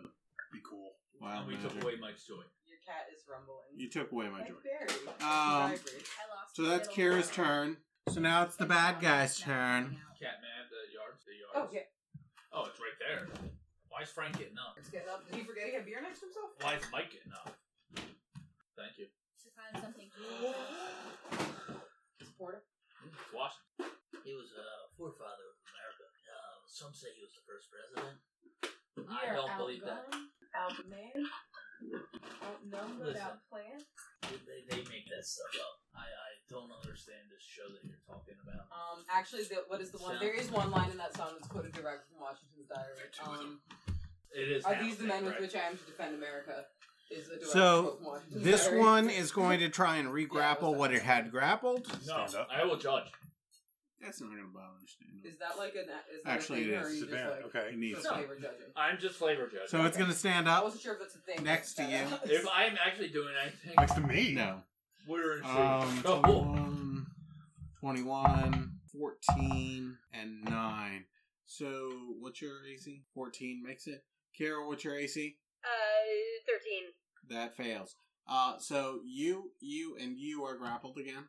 S2: Be cool.
S3: wild
S6: And we
S3: magic.
S6: took away Mike's joy.
S5: Your cat is rumbling.
S3: you took away my
S5: Like
S3: joy.
S5: Barry. She
S3: Um,
S5: vibrates.
S9: I lost
S3: So
S9: the
S3: that's
S9: middle
S3: Kira's
S9: one.
S3: turn. So now it's the bad guy's turn.
S6: Cat mad, the yards, the
S5: Oh,
S6: yards.
S5: yeah.
S6: Oh, it's right there. Why is Frank getting up?
S5: It's getting up. Did he forget he had beer next to himself?
S6: Why is Mike getting up? Thank you.
S9: To find something cool.
S5: Supporter.
S6: It's Washington.
S11: He was a forefather of America. Uh, some say he was the first president.
S6: I
S9: You're
S6: don't believe that.
S9: outgunned,
S5: Outman. Outnumbered.
S6: Listen.
S5: Outplanned.
S11: They, they make that stuff up. I, I don't understand this show that you're talking about.
S5: Um, actually, the, what is the one? There is one line in that song that's quoted direct from Washington's Diary. Um,
S6: It is.
S5: are these the men with
S6: Hamilton,
S5: which I am to defend America? Is a direct
S3: So,
S5: quote from Washington's
S3: This
S5: Diary.
S3: one is going to try and re-grapple what it had grappled.
S6: right?
S2: Stand
S6: No,
S2: up.
S6: I will judge.
S3: That's not going to bother me.
S5: Is that like an? Is that
S3: Actually,
S5: a
S3: it is.
S5: thing, Or are
S2: It's
S5: you just
S2: advantage.
S5: like
S2: Okay.
S3: It needs
S5: just
S6: No.
S5: favor judging?
S6: I'm just flavor judging.
S3: So it's going to stand
S5: I
S3: up.
S5: wasn't sure if that's a thing.
S3: Next to you.
S5: <laughs>
S6: if I am actually doing anything,
S2: Next to me.
S3: No.
S6: we're in Oh,
S3: Um,
S6: trouble.
S3: 21, 21, 14, and 9. So what's your AC? 14 makes it. Carol, what's your AC?
S7: Uh, thirteen.
S3: That fails. Uh, so you, you, and you are grappled again.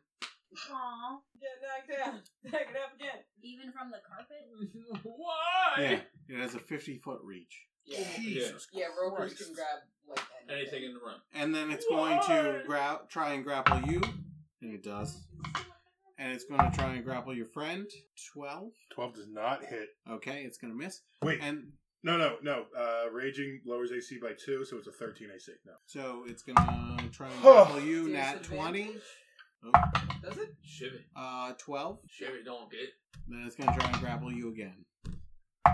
S9: Aw,
S5: Get knocked down. Knock it up again.
S9: even from the carpet.
S5: Mm.
S6: Why?
S3: It has a 50 foot reach.
S5: Yeah.
S6: Jesus
S5: Yeah. Ropers can grab like anything.
S6: Anything in the room.
S3: And then it's going to
S6: Why?
S3: gra- try and grapple you. And it does. And it's going to try and grapple your friend. 12.
S2: 12 does not hit.
S3: Okay, it's going to miss.
S2: Wait.
S3: And
S2: no, no, no. Uh, Raging lowers AC by 2, so it's a 13 AC. No.
S3: so it's going to try and grapple you. Nat
S5: Disadvantage.
S3: 20.
S5: Does it?
S6: Shivy.
S3: Uh, 12.
S6: Shivy don't get.
S3: Then it's going to try and grapple you again.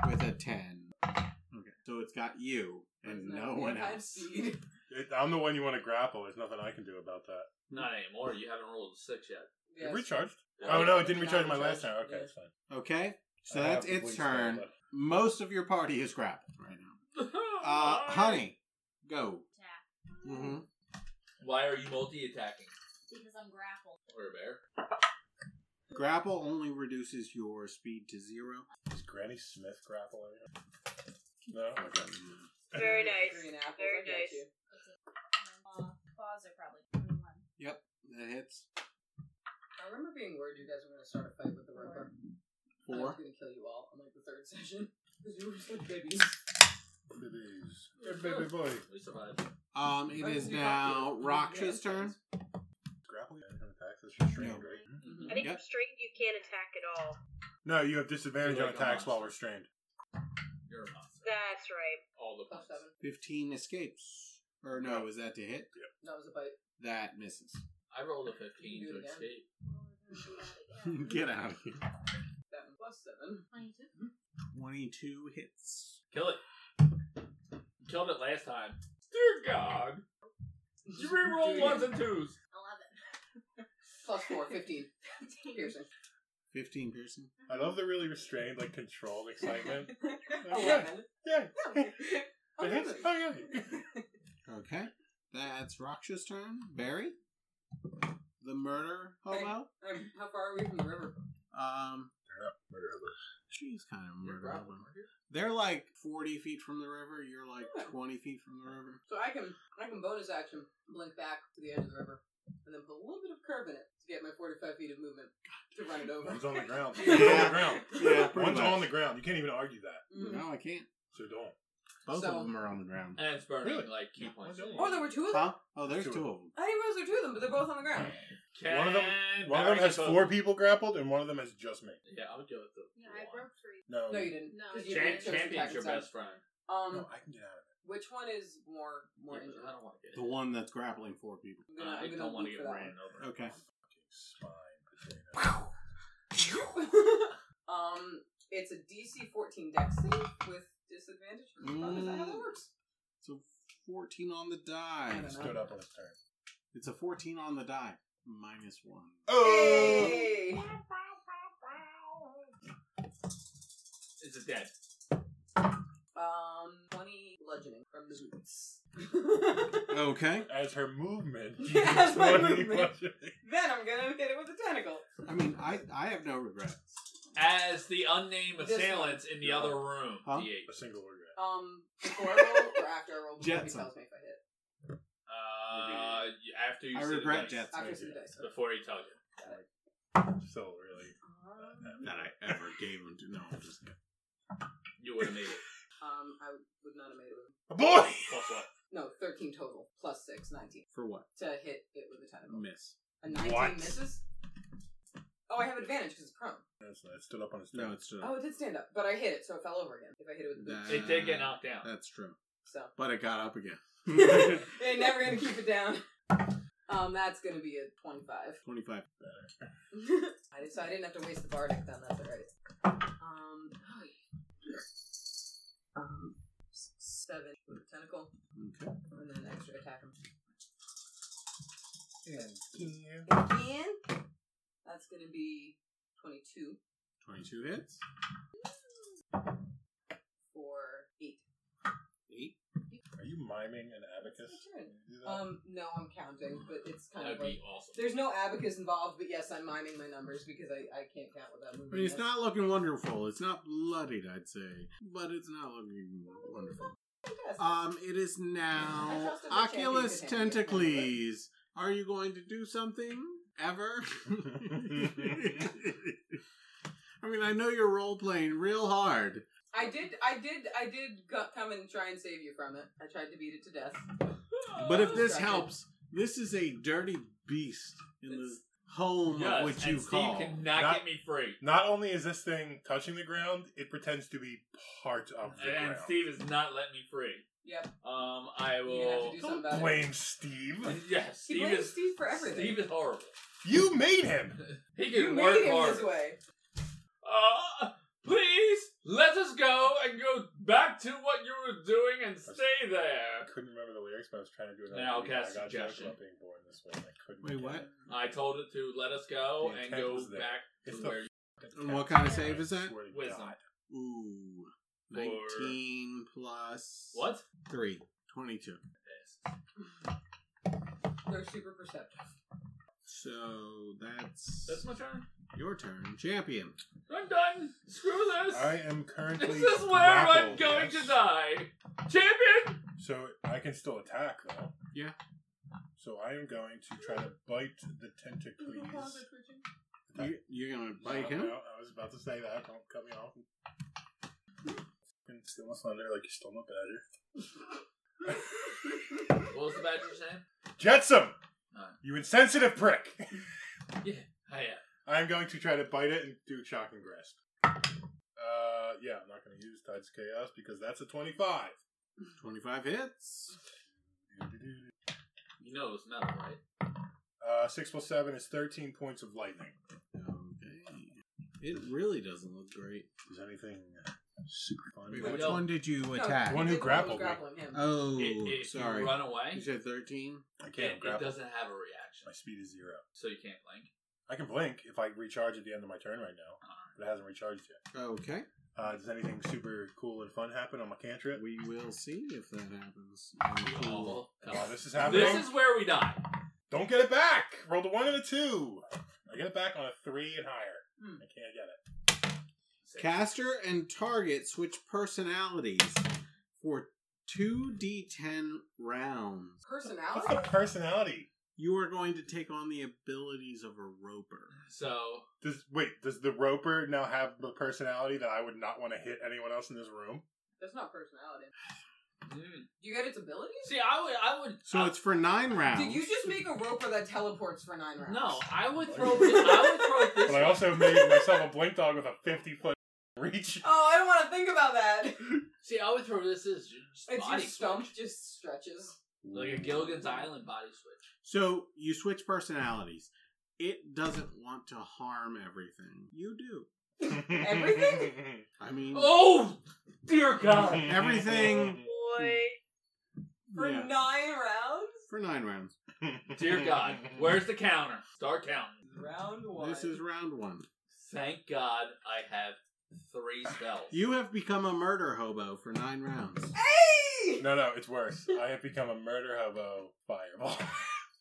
S3: With a 10. Okay, so it's got you and no one
S5: I've
S3: else.
S5: seen.
S2: It, I'm the one you want to grapple. There's nothing I can do about that.
S6: Not anymore. You haven't rolled a six yet.
S5: <laughs> Yes.
S2: It recharged.
S5: Yeah.
S2: Oh,
S6: <laughs>
S2: no, it didn't recharge my
S5: Not
S2: last time.
S5: recharged.
S2: Okay,
S5: Yeah.
S2: it's fine.
S3: Okay, so
S2: I
S3: that's
S2: have
S3: its
S2: complete
S3: turn.
S2: spell,
S3: Most of your party is grappled right now. Uh, honey, go.
S9: Attack.
S3: Mm-hmm.
S6: Why are you multi-attacking?
S9: Because I'm grappled.
S6: Or a bear?
S3: Grapple only reduces your speed to zero.
S2: but- Is Granny Smith grappling? No? Okay.
S3: <laughs>
S7: Very nice.
S5: Green apples.
S7: Very
S5: I got
S7: nice.
S5: you.
S9: It's a, uh, claws are probably
S5: <laughs>
S9: one.
S3: Yep, that hits.
S5: I remember being worried you guys were going to start a fight with the roper. I was
S3: Four.
S5: going to kill you all on like the third <laughs> session because you were just like
S3: <laughs>
S5: babies.
S2: Babies. Hey, baby boy. Mm-hmm.
S6: We survived.
S3: Um, it is now Raksha's turn.
S2: Grapple? Yeah, attacks. That's restrained,
S3: No.
S2: right?
S6: Mm-hmm.
S7: I think
S3: Yep.
S7: restrained you can't attack at all.
S2: No, you have disadvantage
S6: You're
S2: on
S5: "Oh,
S6: like a
S2: attacks
S6: monster.
S2: while restrained.
S6: You're a monster.
S7: That's right.
S6: All the
S2: Oh,
S5: Plus
S6: monsters.
S5: seven.
S3: Fifteen escapes. Or no, is that to hit?
S5: That was a bite.
S3: That misses.
S6: I rolled a 15
S5: You do it again.
S6: to escape.
S3: Get out of here.
S5: That one plus seven.
S7: Oh,
S5: <laughs>
S3: Twenty-two hits.
S6: Kill it. Killed it last time. Dear God. You reroll ones and twos.
S9: Eleven.
S5: Plus four, 15. Piercing.
S3: <laughs> 15 piercing.
S2: I love the really restrained, like controlled excitement.
S5: <laughs> Eleven.
S2: yeah,
S3: <laughs>
S5: No.
S2: it hits.
S5: <laughs> Okay.
S2: Oh yeah.
S3: Okay. That's Raksha's turn. Barry? The murder hobo?
S5: Um, how far are we from the river?
S3: Um, she's kind of a murder hobo. They're like 40 feet from the river. You're like
S5: Yeah.
S3: 20 feet from the river.
S5: So I can I can bonus action blink back to the edge of the river and then put a little bit of curve in it to get my 45 feet of movement to run it over.
S2: One's on the
S5: <laughs>
S2: ground.
S5: Yeah.
S2: One's on the ground.
S3: Yeah, pretty
S2: One's
S3: much.
S2: on the ground. You can't even argue that.
S5: Mhm.
S3: No, I can't.
S2: So don't.
S3: Both
S5: So-
S3: of them are on the ground.
S6: And it's burning
S2: Really?
S6: like key
S3: Yeah.
S6: points.
S5: Oh, there were two of them?
S3: Huh? Oh, there's
S2: Two
S3: two
S2: of
S3: of them.
S5: I didn't realize there were two of them, but they're both on the ground.
S6: Can
S2: One of
S6: them,
S2: One of them has four people grappled, and one of them has just me.
S6: Yeah, I'll go with the.
S9: Yeah, I broke three.
S2: No.
S5: No, you didn't.
S9: No,
S5: 'cause
S9: you
S5: didn't
S6: Champ-
S9: didn't.
S5: choose attack
S6: champion's your
S5: inside.
S6: best friend.
S5: Um,
S2: No, I can get out of
S5: Which one is more more injured?
S6: I don't want to get.
S3: The one that's grappling four people.
S5: I'm
S6: I
S5: I'm
S6: Uh, don't want to
S5: look
S6: get
S5: for that
S6: ran over.
S3: Okay.
S2: it.
S5: <laughs> um, it's a DC 14 Dex save with disadvantage. Is that how that
S3: Mm.
S5: works?
S3: So 14 on the
S5: I
S3: die.
S5: don't know.
S2: Stood up on his turn.
S3: It's a 14 on the die. Minus one.
S2: Oh!
S5: Hey!
S6: Is it dead?
S5: Um, 20 bludgeoning from the boots.
S3: Okay.
S2: <laughs> As her movement, <laughs>
S5: Yeah,
S2: you
S5: <laughs> as my
S2: totally
S5: movement.
S2: watch it.
S5: then I'm gonna hit it with a tentacle.
S3: I mean, I, I have no regrets.
S6: As the unnamed
S5: This one.
S6: assailants in the
S2: Yeah.
S6: other room.
S3: Huh?
S6: D8.
S2: A single regret.
S5: Um, before I roll or after I roll? before He
S3: Jetson.
S5: tells me if I hit.
S6: Uh, after you
S3: I
S6: see the
S3: regret
S6: dice.
S3: Jets.
S5: After
S2: Thank
S5: some
S2: you.
S5: dice.
S6: Before he tells you.
S2: So really,
S3: That I ever gave him to. No, I'm just kidding.
S6: You would have
S3: <laughs>
S6: made it.
S5: Um, I would not have made it
S2: a
S5: with
S2: boy.
S6: Plus what?
S5: no 13 total plus six, 19
S3: For what?
S5: to hit it with a tentacle.
S3: Miss.
S5: A 19
S2: What?
S5: misses. Oh, I have advantage because it's prone.
S2: That's not- it stood up on his
S3: No,
S2: turn.
S3: it's true.
S5: Oh, it did stand up, but I hit it, so it fell over again. If I hit it with the boots,
S3: Nah.
S6: It did get knocked down.
S3: That's true.
S5: so
S3: But it got up
S5: <laughs>
S3: again.
S5: they're never gonna keep it down. <laughs> Um, that's gonna be a 25.
S3: 25.
S5: I did, so I didn't have to waste the bardic then. That's alright. Um, <gasps> oh, yeah. um, s- seven with a tentacle,
S3: Okay.
S5: and then extra attack him
S2: And here.
S5: again. That's gonna be twenty-two
S3: 22 hits.
S5: for eight.
S3: 8.
S2: Are you miming an abacus?
S5: It's my turn.
S2: You do that?
S5: Um, no, I'm counting, but it's kind
S6: That'd
S5: of like
S6: be awesome.
S5: there's no abacus involved. But yes, I'm miming my numbers because I, I can't count without moving.
S3: I mean, it's
S5: That's-
S3: not looking wonderful. It's not bloodied, I'd say. But it's not looking wonderful.
S5: Fantastic.
S3: Um, it is
S5: I
S3: now
S5: trust that the
S3: Oculus
S5: champion could handle it.
S3: Tentacles. Are you going to do something
S6: <laughs>
S3: ever? I mean, I know you're role playing real hard.
S5: I did, I did, I did go- come and try and save you from it. I tried to beat it to death.
S3: But if this
S5: <laughs> Distracted.
S3: helps, this in the dirty beast in the
S6: It's-
S3: home
S6: Yes,
S3: of which
S6: and
S3: you
S6: Steve
S3: call.
S6: cannot
S2: Not-
S6: get me free.
S2: Not only is this thing touching the ground, it pretends to be part of the
S6: And
S2: ground.
S6: Steve is not letting me free.
S5: Yep,
S6: Um, I
S5: you're gonna have
S6: will.
S5: to do something
S2: Don't
S5: about it.
S2: blame
S6: <laughs>
S2: Steve.
S6: Yes,
S5: He
S6: Steve
S5: blames
S6: is.
S5: Steve for everything.
S6: Steve is horrible.
S2: You made him.
S6: He
S5: you
S6: can
S5: made
S6: work
S5: him
S6: hard.
S5: this way.
S6: Uh, please let us go and go back to what you were doing and stay
S2: I
S6: there.
S2: couldn't remember the lyrics, but I was trying to do it.
S6: Now
S2: on the-
S6: cast
S2: I got
S6: suggestion.
S2: about being born this way. and I couldn't.
S3: Wait,
S2: get
S3: what?
S2: it.
S6: I told it to let us go
S2: The
S6: and
S2: intent
S6: go
S2: was there.
S6: back to
S2: It's the
S6: where you
S3: And what kind of save is
S2: I
S3: that?
S2: swear to
S6: Wisdom.
S2: God.
S3: Ooh.
S6: Four.
S3: 19 plus
S6: What?
S3: 3. 22.
S5: They're super perceptive.
S3: So that's,
S6: That's my turn.
S3: your turn, champion.
S6: I'm done. Screw this.
S2: I am currently.
S6: <laughs> This is where I'm
S2: grappled,
S6: going
S2: yes.
S6: to die. Champion!
S2: So I can still attack though.
S3: Yeah.
S2: So I am going to try to bite the tentacles.
S3: You, you're going to bite him?
S2: Well, I was about to say that. Don't cut me off. Fucking Steal my thunder like you stole my badger.
S6: What was the badger's name?
S2: Jetsam!
S6: Alright.
S2: You insensitive prick! <laughs>
S6: Oh, yeah.
S2: I'm going to try to bite it and do shock and grasp. Uh, yeah, I'm not going to use Tides Chaos because that's a 25.
S3: 25 hits.
S6: You know it was metal, right?
S2: Uh, 6 plus 7 is 13 points of lightning.
S3: Okay. It really doesn't look great.
S2: Is anything super fun?
S3: Wait,
S6: Wait,
S3: which
S6: no.
S3: one did you
S5: No,
S3: attack?
S5: the
S2: One who Uh,
S5: big
S2: grappled me.
S5: grappling him.
S3: Oh,
S6: It- if
S3: sorry.
S6: you run away,
S3: You said 13?
S2: I
S6: it,
S2: can't
S6: it
S2: grapple.
S6: doesn't have a reaction,
S2: My speed is zero.
S6: so you can't blink.
S2: I can blink if I recharge at the end of my turn right now, but it hasn't recharged yet.
S3: Okay.
S2: Uh, does anything super cool and fun happen on my cantrip?
S3: We will see if that happens. I'm cool.
S2: Oh, this is happening.
S6: This is where we die.
S2: Don't get it back. Roll the one and a two. I get it back on a three and higher.
S6: Hmm.
S2: I can't get it. Six.
S3: Caster and target switch personalities for 2d10 rounds.
S2: What's the
S5: Personality?
S2: personality?
S3: You are going to take on the abilities of a roper.
S6: So
S2: Does wait? Does the roper now have the personality that I would not want to hit anyone else in this room?
S5: That's not personality.
S6: mm.
S5: You get its abilities?
S6: see, I would, I would.
S3: So
S6: I-
S3: it's for nine rounds.
S5: Did you just make a roper that teleports for nine rounds?
S6: no. I would throw. This, I would throw this.
S2: But I also made myself a blink dog with a fifty foot <laughs> reach.
S5: Oh, I don't want to think about
S6: <laughs>
S5: that.
S6: See, I would throw this as
S5: It's
S6: just
S5: your
S6: body
S5: stump
S6: switch.
S5: just stretches.
S6: like a Gilligan's Island body switch.
S3: So you switch personalities. It doesn't want to harm everything. You do.
S2: <laughs>
S5: Everything?
S3: I mean,
S6: Oh
S3: <laughs>
S6: dear God!
S3: Everything.
S7: Boy.
S5: For
S3: yeah,
S5: nine rounds?
S3: for nine rounds.
S6: Dear God, where's the counter? Start counting.
S5: Round one.
S3: This is round one.
S6: Thank God I have three spells.
S3: You have become a murder hobo for nine rounds.
S5: Hey!
S2: No, no, it's worse. I have become a murder hobo fireball. <laughs>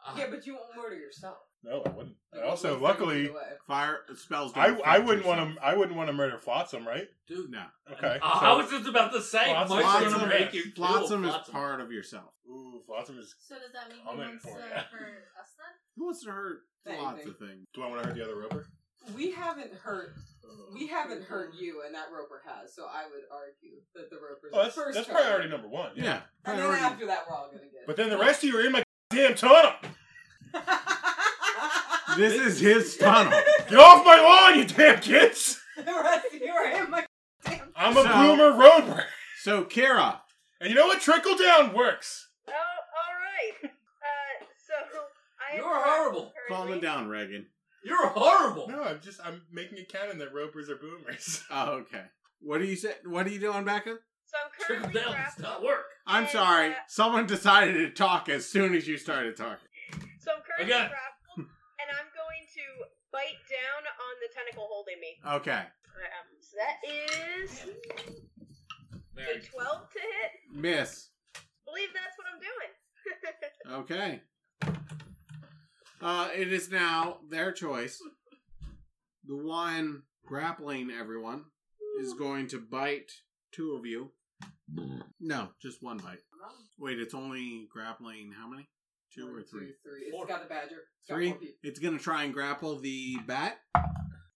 S6: Uh,
S5: Yeah, but you won't murder yourself.
S2: no, I wouldn't.
S5: Like,
S6: Oh,
S2: I also,
S5: you'll
S2: luckily,
S5: find a way.
S3: Fire uh, spells. don't
S2: I
S3: affect
S2: I wouldn't
S3: yourself.
S2: want to. I wouldn't want to murder Flotsam, right?
S6: dude,
S3: No.
S2: Okay.
S6: Uh, I was just about to say,
S2: Flotsam-
S6: Mike's
S3: Flotsam-
S6: gonna make you kill
S3: Flotsam is
S6: Flotsam.
S3: part of yourself.
S2: Ooh, Flotsam is.
S9: So does that mean he
S2: Comment
S9: wants to
S2: for
S9: hurt
S2: ya.
S9: us then?
S3: Who wants to hurt
S5: Same
S3: lots
S5: thing.
S3: of things?
S2: Do I want to hurt the other roper?
S5: We haven't hurt.
S2: Uh,
S5: We haven't hurt you, and that roper has. So I would argue that the roper's
S2: Oh, that's
S5: the first.
S2: that's
S5: target.
S2: priority number one.
S3: Yeah.
S5: And then
S3: priority.
S5: after that, we're all gonna get.
S2: But then the rest of you are in my damn tunnel.
S5: it.
S3: This is his tunnel.
S2: Get off my lawn, you damn kids!
S5: <laughs> the rest of you are in my.
S2: I'm a
S3: So-
S2: bloomer roadrunner.
S3: So Kira,
S2: And you know what? Trickle down works.
S7: Oh, all right. Uh, so I.
S6: You're
S7: am
S6: horrible.
S7: currently-
S3: calm down, Reagan.
S6: You're horrible.
S2: No, I'm just I'm making a canon that ropers are boomers.
S3: Oh, okay. What are you say? What are you doing, Becca?
S7: So I'm
S6: Trickle
S7: currently
S6: down
S7: grappling.
S6: does not work.
S3: I'm
S7: And,
S3: sorry.
S7: uh,
S3: Someone decided to talk as soon as you started talking.
S7: So I'm currently
S6: Again.
S7: grappled, and I'm going to bite down on the tentacle holding me.
S3: Okay.
S7: Um, so that is a
S6: Mary.
S7: 12 to hit.
S3: Miss.
S7: believe that's what I'm doing.
S3: Okay. Uh, it is now their choice. The one grappling everyone is going to bite two of you. No, just one bite. Wait, it's only grappling how many? Two or
S5: One,
S3: three?
S5: two, three.
S6: Four.
S5: It's got the badger. It's got
S3: Three.
S5: four people.
S3: It's gonna try and grapple the bat,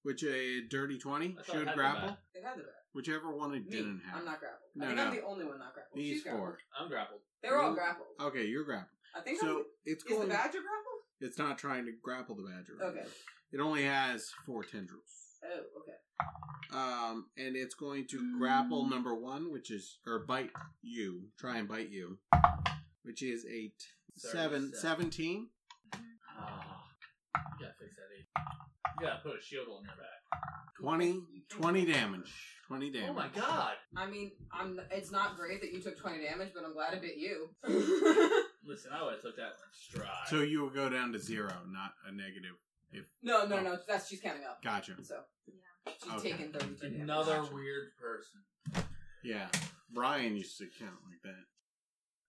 S3: which a dirty twenty
S6: I thought it
S3: should
S6: had the
S3: grapple.
S6: bat.
S5: It had the badger.
S3: Whichever one it
S5: Me,
S3: didn't have.
S5: I'm not grappled.
S3: No,
S5: I think I'm
S3: no.
S5: the only one not grappled.
S3: These
S5: She's grappled.
S3: four.
S6: I'm grappled.
S5: They're all
S3: You-
S5: grappled.
S3: Okay, you're grappled.
S5: I think
S3: So
S5: I'm.
S3: it's
S5: Is the
S3: going.
S5: badger grappled?
S3: It's not trying to grapple the badger. right
S5: Okay.
S3: now. It only has four tendrils.
S5: Oh, okay.
S3: Um, and it's going to grapple number one, which is or bite you, try and bite you, which is a t- seven,
S6: Thirty-seven.
S3: 17.
S6: Ah, you gotta fix that eight. You gotta put a shield on your back.
S3: 20, 20 damage. Twenty damage.
S6: Oh my God.
S5: I mean, I'm. It's not great that you took twenty damage, but I'm glad it bit you.
S2: <laughs>
S6: Listen, I would have took that one stride.
S3: So you will go down to zero, not a negative.
S5: no,
S3: Oh.
S5: no, no. That's she's counting up.
S3: Gotcha.
S5: So she's
S3: Okay.
S5: taking thirty-two. damage.
S6: Another weird person.
S3: Yeah. Brian used to count like that.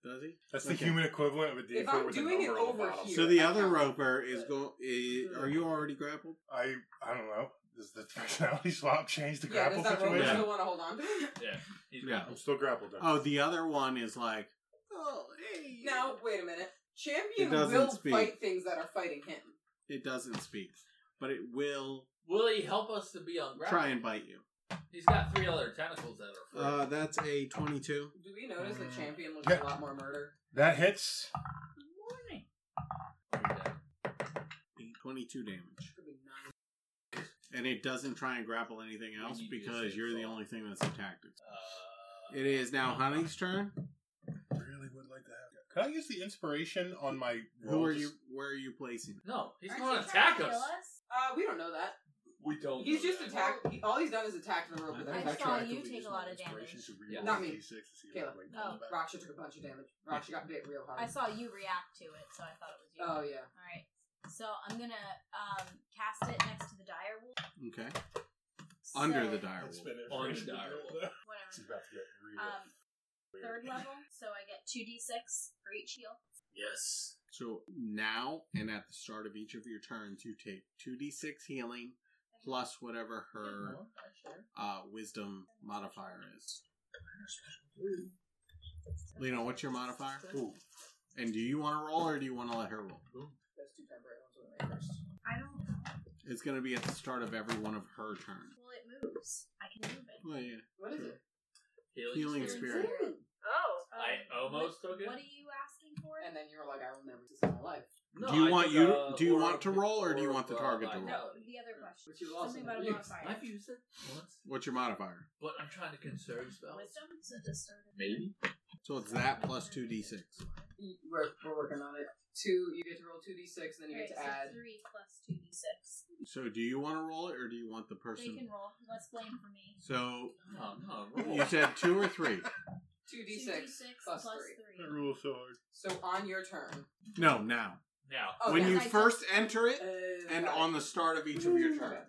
S3: Does he?
S2: <laughs> That's the
S3: Okay.
S2: human equivalent of a D4
S5: If I'm
S2: with a
S5: doing it
S2: number on the
S5: over
S2: bottom.
S5: here-
S3: So the
S5: I
S3: other
S5: count.
S3: roper is going. Are you already grappled?
S2: I I don't know. Does the personality <laughs> swap change the
S5: Yeah,
S2: grapple
S5: does that rope
S2: situation?
S5: still want to hold on to? it?
S6: He's
S3: Yeah.
S2: I'm still grappled. Then.
S3: Oh, the other one is like. Oh, hey.
S5: Now, wait a minute. Champion
S3: It doesn't
S5: will
S3: speak.
S5: fight things that are fighting him.
S3: It doesn't speak, but it will
S6: Will he help us to be on
S3: try and bite you.
S6: He's got three other tentacles that are free.
S3: Uh, that's a twenty-two.
S5: Do we notice
S9: Mm.
S5: that champion will
S2: Yeah.
S5: do a lot more murder?
S2: That hits.
S6: Morning.
S3: 22 damage.
S5: Could be nine.
S3: And it doesn't try and grapple anything else
S6: need to
S3: because
S6: save
S3: you're the
S6: Saul.
S3: only thing that's attacked.
S6: Uh,
S3: It is now Honey's turn.
S2: Really would like to have. Could I use the inspiration on my?
S3: Who
S2: roll
S3: are
S2: to-
S3: you? Where are you placing?
S6: No, he's
S9: Aren't
S6: going
S9: you
S6: to attack
S9: trying to
S6: us.
S9: kill us?
S5: Uh, we don't know that.
S6: We don't.
S5: He's
S6: know
S5: just
S6: that.
S5: attacked. he- All he's done is attacked the roper.
S9: I
S5: That's
S9: saw
S5: actually-
S9: you take a lot of damage.
S6: Yeah.
S5: Not me.
S2: D6 to see if I can-
S5: Caleb.
S9: Oh.
S5: Raksha took a bunch of damage. Raksha got bit real hard.
S9: I saw you react to it, so I thought it was you.
S5: Oh yeah.
S9: All right. So I'm gonna um, cast it next to the dire wolf.
S3: Okay. Under
S9: So-
S3: the dire
S2: It's been
S6: On
S2: every- <laughs>
S6: dial.
S9: Whatever.
S2: She's about to get real.
S9: Um,
S2: weird.
S9: third level, so I get two d6 for each heal.
S11: Yes.
S3: So now and at the start of each of your turns, you take two d6 healing plus whatever her uh, wisdom modifier is. Lena, what's your modifier?
S2: Ooh.
S3: And do you want to roll or do you want to let her roll?
S5: Those two temporary ones were my first.
S9: I don't know.
S3: It's going to be at the start of every one of her turns.
S9: Well, it moves. I can move it.
S3: Well, yeah.
S5: What is it?
S3: Healing
S9: Spirit.
S3: spirit.
S7: Oh.
S6: I almost
S9: Um, what,
S6: took it.
S9: What are you asking for?
S5: And then you were like, I will never see this in my life.
S6: No,
S3: Do you
S6: I
S3: want
S6: took,
S3: you-
S6: uh,
S3: do you
S6: aura
S3: want to
S6: of-
S3: roll or do you
S6: aura
S3: want the
S6: of,
S3: target to
S6: uh,
S3: roll?
S9: no, the other question.
S10: Which you lost
S9: Something
S10: in
S9: about a
S10: the league.
S9: modifier.
S6: I've used it once,
S3: What's your modifier?
S6: but I'm trying to conserve spells.
S9: Wisdom to discern.
S6: Maybe.
S3: So it's that plus two d6.
S5: You- We're, we're working on it. Two, you get to roll 2d6, and then you
S9: Alright,
S5: get to
S9: so
S5: add.
S9: three plus two d six.
S3: So do you want to roll it or do you want the
S9: They
S3: person?
S9: can roll. Let's blame for me.
S3: So
S6: No, Oh, no, roll.
S3: you said two or three?
S5: 2d6,
S9: Two d6 plus, plus
S5: three.
S9: three.
S2: That rule is so hard.
S5: So on your turn.
S3: No, now.
S6: Now,
S5: Oh,
S3: when
S5: yeah.
S3: you
S9: I
S3: first enter it
S5: Uh,
S3: and
S5: got it.
S3: on the start of each of your
S9: <laughs>
S3: turns.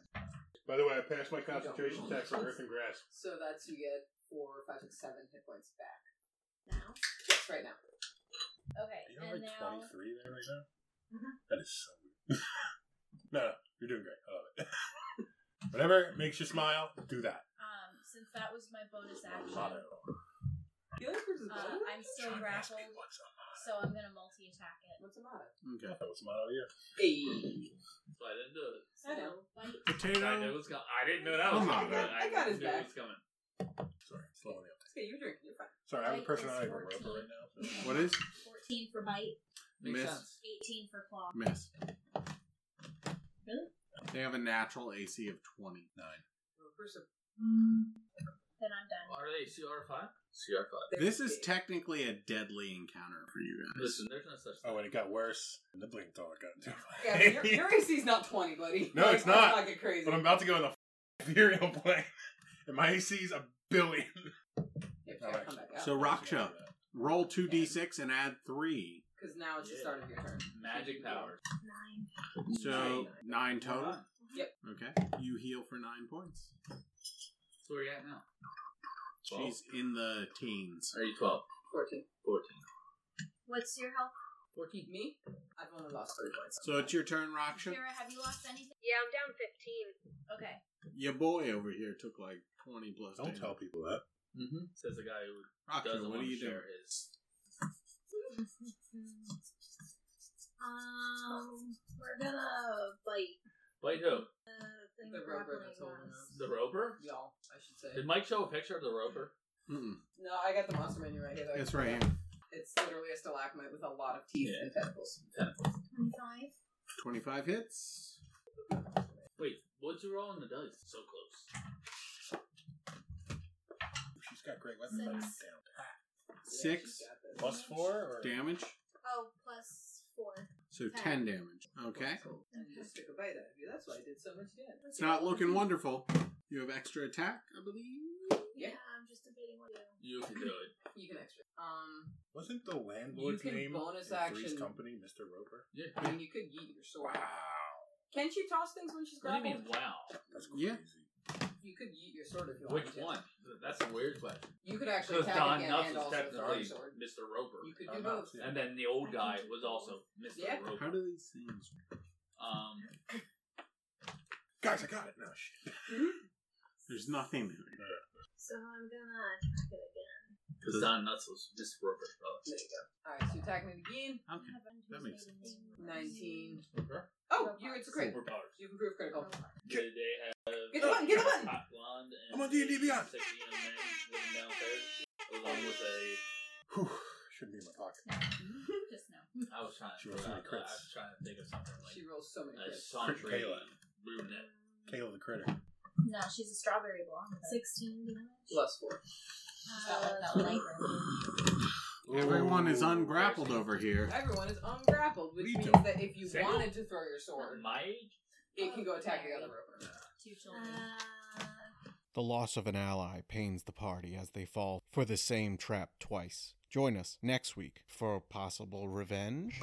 S2: By the way, I passed my concentration tax on Earth and Grass.
S5: So that's you get four, five, six, seven hit points back.
S9: Now.
S5: Yes, right now.
S9: Okay,
S2: You got
S9: and
S2: like
S9: now. Mm-hmm.
S2: 23 there right now? That is so weird. <laughs> no, no, you're doing great. I love it. <laughs> Whatever makes you smile, do that.
S9: Um, since that was my bonus action,
S2: Motto.
S5: Healing Curse is
S9: uh,
S5: better?
S9: I'm still
S2: Sean asked me
S9: grappled,
S2: what's a motto.
S9: so I'm gonna multi-attack it.
S5: What's the matter?
S3: Okay.
S2: That was a motto, yeah.
S5: Hey.
S6: so I didn't do it.
S9: So,
S5: know.
S9: bite.
S6: I knew it
S3: Potato.
S6: was coming. I didn't know that was
S3: Come on, man.
S6: coming.
S5: I got his
S6: knew it
S5: back.
S6: was coming.
S2: Sorry, slowing up.
S5: Okay, you're drinking. You're fine.
S2: Sorry, I'm the
S9: Right,
S2: person
S9: it's
S2: on Roper right
S9: 14.
S2: now. So.
S3: What is?
S9: 14 for bite,
S6: Makes
S3: Miss.
S6: sense.
S9: 18 for claw.
S3: Miss.
S9: Really?
S3: They have a natural AC of 20.
S2: Nine.
S5: Well, first of-
S9: Then I'm done.
S6: Are they CR five?
S11: CR five.
S3: This is technically a deadly encounter for you guys.
S6: Listen, there's no such thing.
S2: Oh, and it got worse. And the blink dog got
S9: <laughs>
S2: too
S5: Yeah, but your, your AC's not 20, buddy.
S2: No,
S5: Like,
S2: it's
S5: let's
S2: not.
S5: not get crazy.
S2: But I'm about to go in the <laughs> Imperial plane. And my AC's a billion.
S5: Yeah,
S2: All
S5: gotta
S2: right.
S5: come back out.
S3: So Raksha, roll 2d6 and add 3.
S5: Because now it's the
S6: Yeah.
S5: start of your turn.
S6: Magic powers.
S9: Nine.
S3: So 9 total.
S5: Yep.
S3: Okay. You heal for 9 points.
S6: So where you at now?
S3: She's in the teens.
S11: Are you twelve?
S5: 14.
S11: 14.
S9: What's your health?
S5: 14. Me? I've only lost three points.
S3: So it's your turn, Raksha.
S9: Kara, have you lost anything?
S7: Yeah, I'm down 15.
S9: Okay. <laughs>
S3: Your boy over here took like 20 plus.
S2: Don't
S3: damage.
S2: tell people that.
S6: Mm-hmm. Says the guy who
S3: Raksha,
S6: doesn't
S3: what do
S6: want to
S3: you do?
S6: share his.
S9: Um, we're gonna bite
S6: Wait, who?
S9: the thing
S5: The roper
S9: grappling
S5: that's holding
S9: us.
S6: The Roper?
S5: Y'all, I should say.
S6: Did Mike show a picture of the Roper?
S3: Mm-mm.
S5: No, I got the monster menu right here. though.
S3: That's right here.
S5: It's literally a stalagmite with a lot of teeth and tentacles.
S9: 25.
S3: 25 hits.
S6: Wait, what'd you roll on the dice? So close.
S2: She's got great weapons. Ah. but
S9: Six.
S2: Damn.
S5: Yeah,
S3: Six
S5: she's got this.
S2: Plus four? Or?
S3: damage.
S9: Oh, plus 4.
S3: So
S9: Ten.
S3: 10 damage. Okay.
S5: And you just took a bite out of you. That's why I did so much damage.
S3: It's not looking wonderful. You have extra attack, I believe.
S9: Yeah,
S5: Yeah.
S9: I'm just debating what to do.
S6: You can do it.
S5: You can extra. Um,
S2: Wasn't the landlord's
S5: You can
S2: name
S5: bonus
S2: in Three's
S5: action.
S2: company Mr. Roper?
S5: I mean, you could yeet your sword. Can she toss things when she's
S6: What do
S5: grappled?
S6: you mean, wow?
S2: That's crazy.
S3: Yeah.
S5: You could yeet your sword if you want
S6: Which
S5: to.
S6: one? That's a weird question.
S5: You could actually
S6: Because
S5: attack
S6: Don
S5: again
S6: Nuts
S5: and
S6: is
S5: also throw
S6: technically
S5: your sword.
S6: Mr. Roper.
S5: You could
S2: Oh,
S5: do
S2: no,
S5: both.
S2: yeah.
S6: And then the old guy was also Mr.
S5: Yeah.
S3: How
S6: Roper.
S3: do these things?
S6: Um,
S2: Guys, I got it. No shit.
S5: Mm-hmm.
S3: There's nothing there.
S9: So I'm gonna attack it again.
S6: because Don Nuts was Mr. Roper's brother.
S5: There you go. All right, so attack me again.
S3: Okay. That makes
S9: sense.
S5: 19.
S6: Roper?
S5: Oh, you it's a crit.
S6: Roper powers.
S5: You can prove
S9: Oh.
S5: critical.
S6: Did they have
S5: Get the button, get the button!
S6: hot blonde and
S2: I'm on D&D Beyond.
S6: sexy young man living downstairs, along with a.
S2: Whew. Shouldn't be in my pocket.
S9: Oh,
S5: <laughs>
S9: Just now.
S6: I was trying.
S2: She
S6: To, I,
S2: wants to
S6: was
S2: be Chris.
S6: trying to think of something like
S5: She rolls so many
S6: a
S5: crits.
S6: sauntering
S2: Kayla.
S6: brunette.
S2: Kale the critter.
S9: No, she's a strawberry blonde. 16 damage.
S5: Plus four.
S9: Uh, light red.
S3: Everyone is
S2: Ooh.
S3: ungrappled over here.
S5: Everyone is ungrappled, which
S2: We
S5: means
S2: don't-
S5: that if you
S6: Single?
S5: wanted to throw your sword,
S6: My
S5: it can go attack the other roper.
S9: Two children. Uh,
S1: The loss of an ally pains the party as they fall for the same trap twice. Join us next week for possible revenge.